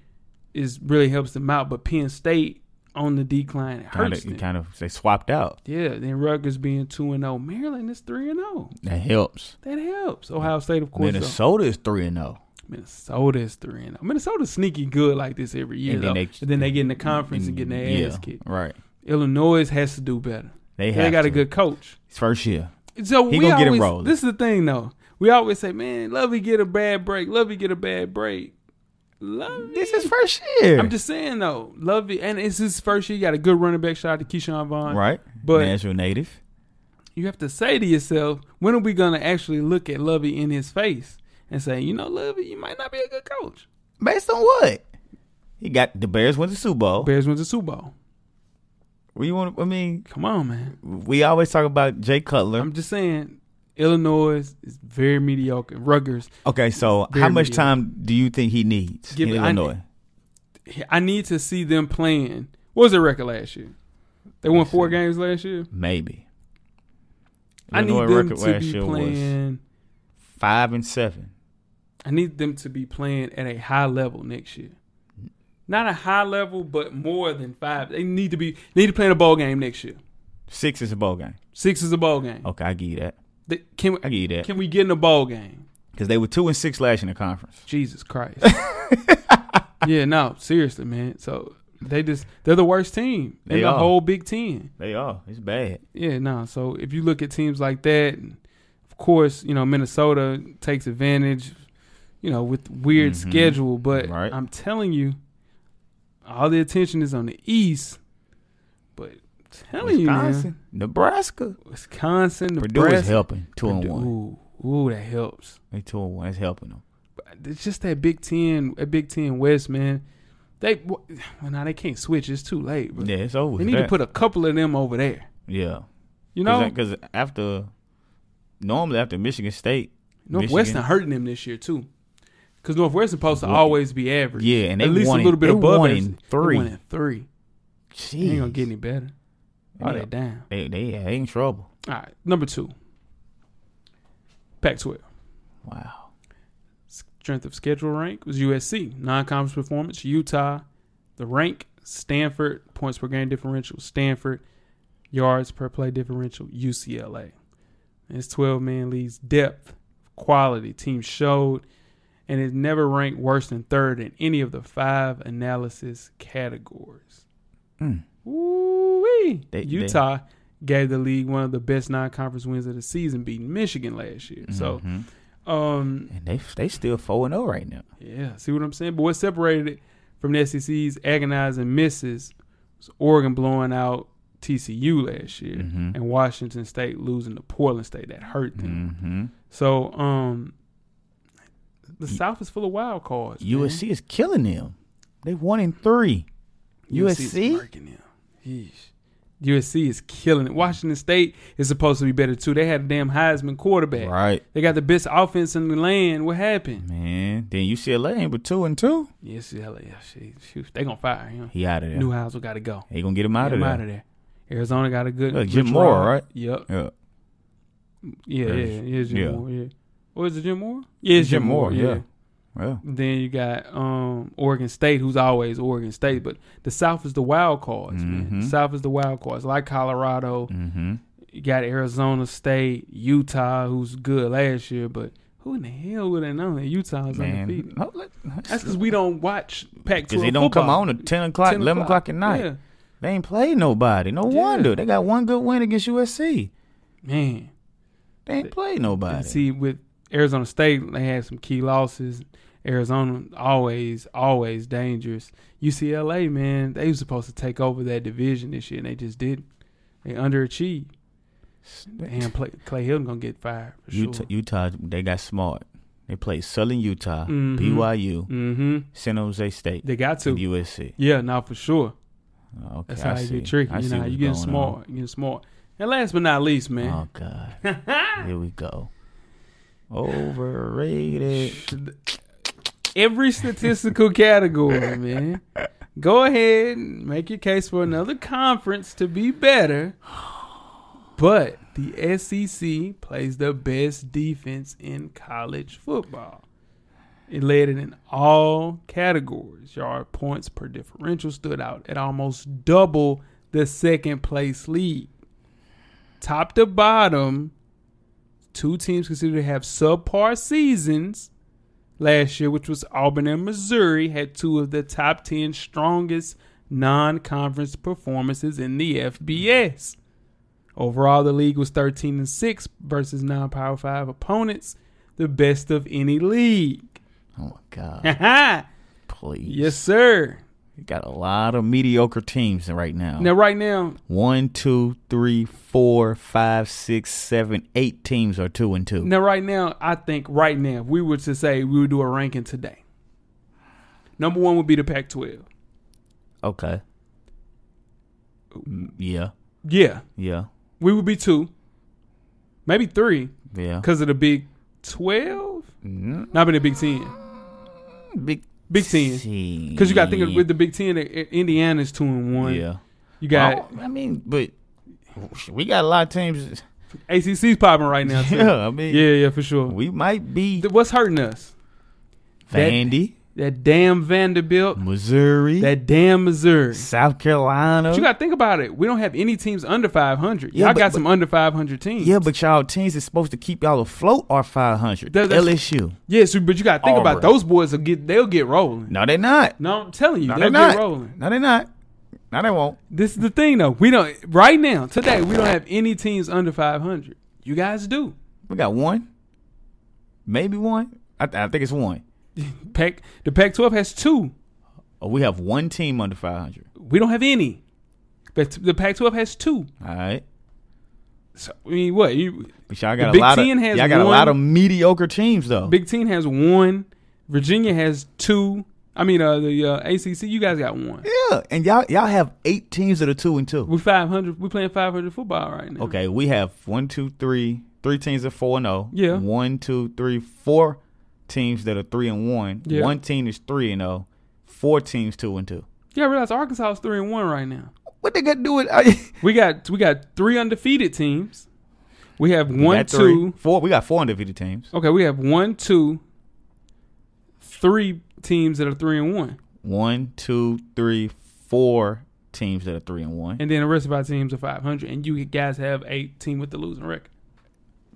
is really helps them out, but Penn State on the decline it Kind hurts of, them. kind of, they swapped out. Yeah, then Rutgers being two and zero, Maryland is three and zero. That helps. That helps. Ohio State, of course. Minnesota, Minnesota is three and zero. Minnesota is three and zero. Minnesota's sneaky good like this every year, And though. then And then, they- they, get in the conference and get their Yeah, ass kicked. Right. Illinois has to do better. They They, have got to. a good coach. It's first year. So He we gonna get it always, rolling. This is the thing though. We always say, "Man, Lovey get a bad break. Lovey get a bad break." Lovey. This is first year. I'm just saying though, Lovey, and it's his first year. You got a good running back. Shout out to Keyshawn Vaughn. right. but- Nashville native. you have to say to yourself, when are we gonna actually look at Lovey in his face and say, you know, Lovey, you might not be a good coach. Based on what? He got the Bears went to Super Bowl. Bears wins the Super Bowl. We want. I mean, Come on, man. we always talk about Jay Cutler. I'm just saying, Illinois is very mediocre. Rutgers, Okay, so Very how much mediocre. time do you think he needs Give in it- I- Illinois? I need to see them playing. What was their record last year? They won four games last year. Maybe. I need Illinois them record to last be year was playing. five and seven. I need them to be playing at a high level next year. Not a high level, but more than five. They need to be need to play in a ball game next year. Six is a bowl game. Six is a ball game. Okay, I give you that. They- Can we, I give you that Can we get in a ball game? because they were two and six last in the conference. Jesus Christ. yeah, no, seriously, man. So they just they're the worst team in They the are. whole Big Ten. They are. It's bad. Yeah, no. So if you look at teams like that, and of course, you know Minnesota takes advantage, you know, with weird Mhm. schedule. But Right. I'm telling you, all the attention is on the East. But I'm telling you, man, Wisconsin, Nebraska, Wisconsin, Purdue is Nebraska, helping two and Purdue- one. Ooh, ooh, that helps. They two and one. That's helping them. it's just that Big Ten, that Big Ten West, man. They well, now they can't switch. It's too late. Bro. Yeah, it's over. they with need to that. put a couple of them over there. yeah. You know, because after normally after Michigan State, Northwestern Michigan- hurting them this year too, because Northwestern supposed to Wa- always be average. yeah, and they at least won a little bit they above won average. in They three. won in three. They ain't gonna get any better. All Yeah. that down. They they they in trouble. All right, number two. Pac-12 Wow. strength of schedule rank was USC non-conference performance Utah, the rank Stanford points per game differential Stanford, yards per play differential UCLA. And Its 12 man league's depth, quality team showed, and it never ranked worse than third in any of the five analysis categories. Mm. Ooh-wee. They- they- Utah gave the league one of the best non-conference wins of the season, beating Michigan last year. So, Mhm. um, and they they still four and zero right now. yeah, see what I'm saying? But what separated it from the SEC's agonizing misses was Oregon blowing out TCU last year Mhm. and Washington State losing to Portland State. That hurt them. Mm-hmm. So, um, the South is full of wild cards. man. USC is killing them. They one in three. is USC? murking them. Yeesh. USC is killing it. Washington State is supposed to be better too. They had a damn Heisman quarterback. Right, Mm-hmm. They got the best offense in the land. What happened? man. Then UCLA ain't but two and two. Yes, yeah, yeah, shit, shoot, they gonna fire him. He out of there. Newhouse got to go. They gonna get him out Get of 'em there. outta there. Arizona got a good Look, Jim good Moore, draw. right? Yep. Yeah. Yeah, yeah, There's- yeah. It's Jim yeah. Moore. Yeah. Or is it Jim Moore? Yeah, it's Jim, Moore. yeah. Well, Then you got um Oregon State, who's always Oregon State, but the South is the wild cards, man. The Mhm. South is the wild cards, like Colorado. mm-hmm. You got Arizona State, Utah, who's good last year, but who in the hell would have known that Utah is man. undefeated? That's because we don't watch Pac-12 because they don't come on at ten o'clock, eleven o'clock at night. Yeah. They ain't played nobody. No Yeah. wonder they got one good win against USC. man. They ain't played And nobody. see, with Arizona State, they had some key losses. Arizona always, always dangerous. UCLA, man, they was supposed to take over that division this year, and they just didn't. They underachieved. Damn, Clay, Clay Hilton gonna get fired for sure. Utah, Utah, they got smart. They played Southern Utah, Mhm. BYU, mm-hmm. San Jose State, They got and to. USC. Yeah, now for sure. Oh, Okay, That's I how you see. get tricky. I you see know, how what's you getting going smart. You getting smart. And last but not least, on. man. Oh God, here we go. Overrated. Every statistical category, man. Go ahead and make your case for another conference to be better. But the SEC plays the best defense in college football. It led it in all categories. Yard points per differential stood out at almost double the second place lead. Top to bottom, two teams considered to have subpar seasons last year, which was Auburn and Missouri, had two of the top 10 strongest non conference performances in the FBS. Overall, the league was 13 and 6 versus non Power 5 opponents, the best of any league. Oh my God, yes, please. sir. You got a lot of mediocre teams right now. Now, right now, One, two, three, four, five, six, seven, eight teams are two and two. now, right now, I think right now, if we were to say we would do a ranking today, number one would be the Pac 12. Okay. Mm, Yeah. Yeah, Yeah. we would be two, maybe three. Yeah. Because of the Big 12? Mm, Not been the Big 10. Big Big 10. Because you got to think of, with the Big 10, I- I- Indiana's 2 and 1. Yeah. You got Well, I mean, but we got a lot of teams. ACC's popping right now, too. Yeah, I mean, yeah, yeah, for sure. we might be Th- What's hurting us? that- Vandy, That damn Vanderbilt, Missouri, that damn Missouri. South Carolina. But you got to think about it. We don't have any teams under 500. Yeah, Y'all but- got some under 500 teams. yeah, but y'all teams is supposed to keep y'all afloat are 500. That- that's- LSU. Yeah, so, but you got to think about Auburn. those boys, will get, they'll get rolling. No, they're not. No, I'm telling you, No, they'll they're get not. rolling. No, they're not. No, they won't. This is the thing, though. We don't right now today. We don't have any teams under five hundred. You guys do. We got one, maybe one. I, I think it's one. Pac, the Pac-12 has two. Oh, we have one team under 500. We don't have any. But the Pac-12 has two. All right. So, I mean, what? You, But y'all got Big a lot Ten of has y'all got a lot of one- mediocre teams though. Big Ten has one. Virginia has two. I mean, uh, the uh, ACC. You guys got one. yeah, and y'all y'all have eight teams that are two and two. We five hundred. We playing five hundred football right now. Okay, we have one, two, three, three teams that four and zero. Yeah. One, two, three, four teams that are three and one. Yeah. One team is three and zero. Four teams two and two. Yeah, I realize Arkansas is three and one right now. What they got to do with? We got we got three undefeated teams. We have We one, got three, two, Oh. four. We got four undefeated teams. Okay, we have one, two, three teams that are three and one, One, two, three, four teams that are three and one. and then the rest of our teams are five hundred. And you guys have a team with the losing record.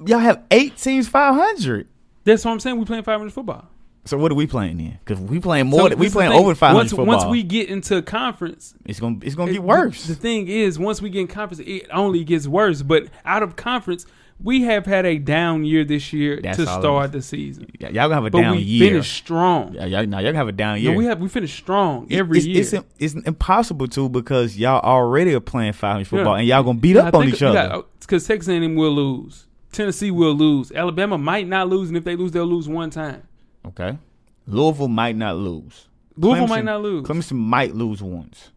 y'all have eight teams five hundred. That's what I'm saying. We playing five hundred football. So what are we playing then? Because we playing So more. than we this is the playing thing. over five hundred Once, football. once we get into conference, it's gonna it's gonna it- get worse. The, the thing is, once we get in conference, it only gets worse. But out of conference, we have had a down year this year That's to all it start the season, Y- y'all gonna have a but down we year. finished strong. Yeah, y'all, no, y'all gonna have a down year. No, we have we finished strong every it's, year. It's, im- it's impossible to because y'all already are playing five hundred football Yeah. and y'all gonna beat up on each uh, other. Because Texas A&M will lose. Tennessee will lose. Alabama might not lose, and if they lose, they'll lose one time. Okay, Louisville might not lose. Louisville Clemson- might not lose. Clemson might lose once.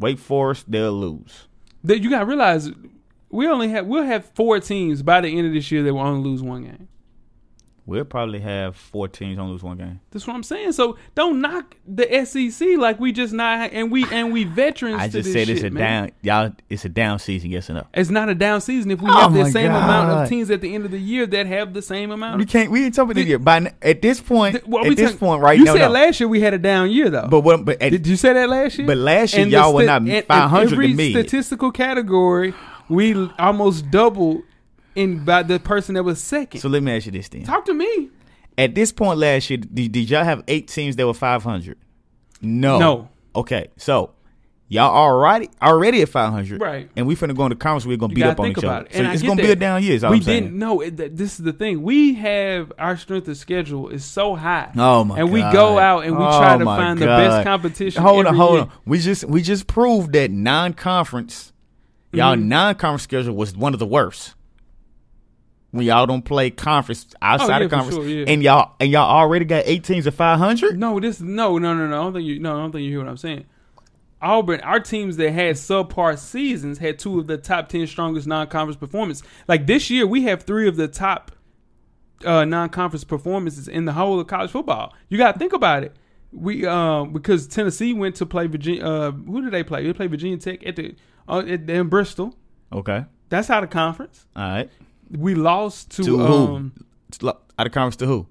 Wake Forest they'll lose. That- you gotta realize we only have we'll have four teams by the end of this year that will only lose one game. We'll probably have four teams on lose one game. That's what I'm saying. So don't knock the SEC like we just not and we and we veterans. I to just this said it's shit, a man. down y'all. It's a down season. Yes or no? It's not a down season if we Oh have the my same amount of God. teams at the end of the year that have the same amount. We of can't. We ain't talking about it. By n- at this point, Th- what we at this talking- point, right You now, said no. last year we had a down year though. but what? But at, Did you say that last year? But last year, the y'all were sti- not and- and 500 to every me. statistical category, we l- almost doubled in by the person that was second. so let me ask you this then. Talk to me. At this point last year, did, did y'all have eight teams that were five hundred? No. No. Okay, so Y'all already already at five hundred, Right. And we finna go into conference. We're gonna You beat gotta up on think each about other. it. So And I it's get gonna be that. a down year. Is all we I'm saying. didn't know. It, th- this is the thing. We have our strength of schedule is so high. Oh my! And we God. go out and we try Oh, to my find the God. best competition. Hold on, every hold year. on. We just we just proved that non-conference, y'all Mm-hmm. non-conference schedule was one of the worst. When y'all don't play conference outside Oh, yeah, of for conference, sure, yeah. and y'all and y'all already got eight teams at five hundred. No, this no, no, no, no. I don't think you. No, I don't think you hear what I'm saying. Auburn, our teams that had subpar seasons had two of the top ten strongest non-conference performance. Like this year, we have three of the top uh, non-conference performances in the whole of college football. You got to think about it. We uh, because Tennessee went to play Virginia. Uh, who did they play? They played Virginia Tech at the uh, at, in Bristol. Okay, That's out of conference. all right. We lost to, To um, who? It's lo- Out of conference to who?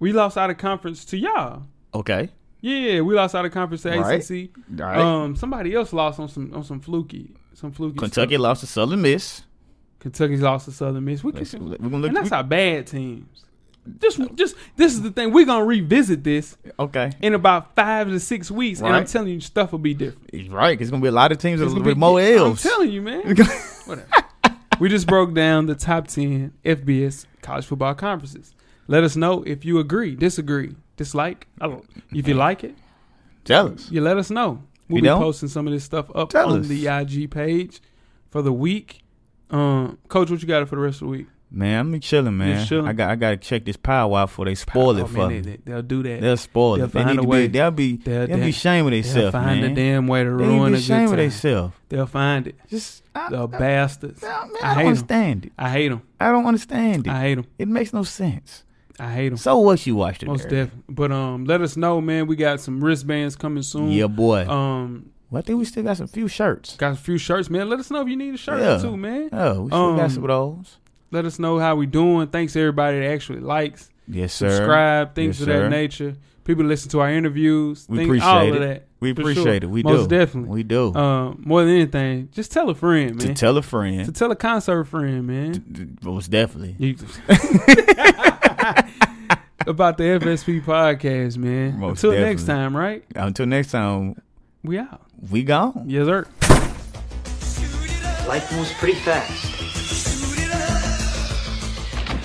we lost out of conference to y'all. Okay, Yeah, we lost out of conference to Right. ACC. all right. Um, somebody else lost on some on some fluky, some fluky. Kentucky stuff. lost to Southern Miss. Kentucky's lost to Southern Miss. We can, Let's- we're gonna look- and that's we- our bad teams. Just, just this is the thing. We're gonna revisit this Okay, in about five to six weeks, and I'm Right. telling you, stuff will be different. He's right. 'cause It's gonna be a lot of teams It's with gonna be- more L's. I'm telling you, man. Whatever. we just broke down the top ten FBS college football conferences. Let us know if you agree, disagree, dislike. I don't. If you like it, Tell us. you let us know. We'll You be don't? posting some of this stuff up Tell on us. the IG page for the week. Um, Coach, what you got for the rest of the week? Man, I'm chilling, man. chilling. I got I gotta check this power out before they spoil Oh, it for man, me. They, they, will do that. They'll spoil They'll it. They find need a to way. be. They'll be. They'll- They'll, be they'll- ashamed of They'll themselves, find man. a damn way to they ruin be a ashamed good of time. themselves. They'll find it. Just I, The I- bastards. I- man, I I, don't hate 'em. understand it. I hate them. I don't understand it. I hate them. it makes no sense. I hate them. So what you watched it? Most definitely. But um, let us know, man. We got some wristbands coming soon. Yeah, boy. Um, well, I think we still got some few shirts. got a few shirts, man. Let us know if you need a shirt Yeah. too, man. Oh, we still Um, got some of those. Let us know how we doing. Thanks to everybody that actually likes. Yes, sir. subscribe, things Yes, of that sir. nature. People listen to our interviews. We things- appreciate all it. of that. We for appreciate sure. it. We Most do. definitely. We do. Uh, more than anything, just tell a friend, to man. tell a To friend, tell a concert friend, man. most definitely. You- about the FSP podcast, man. Most Until next definitely. time, right? Until next time, We out. we gone. Yes, sir. Life moves pretty fast.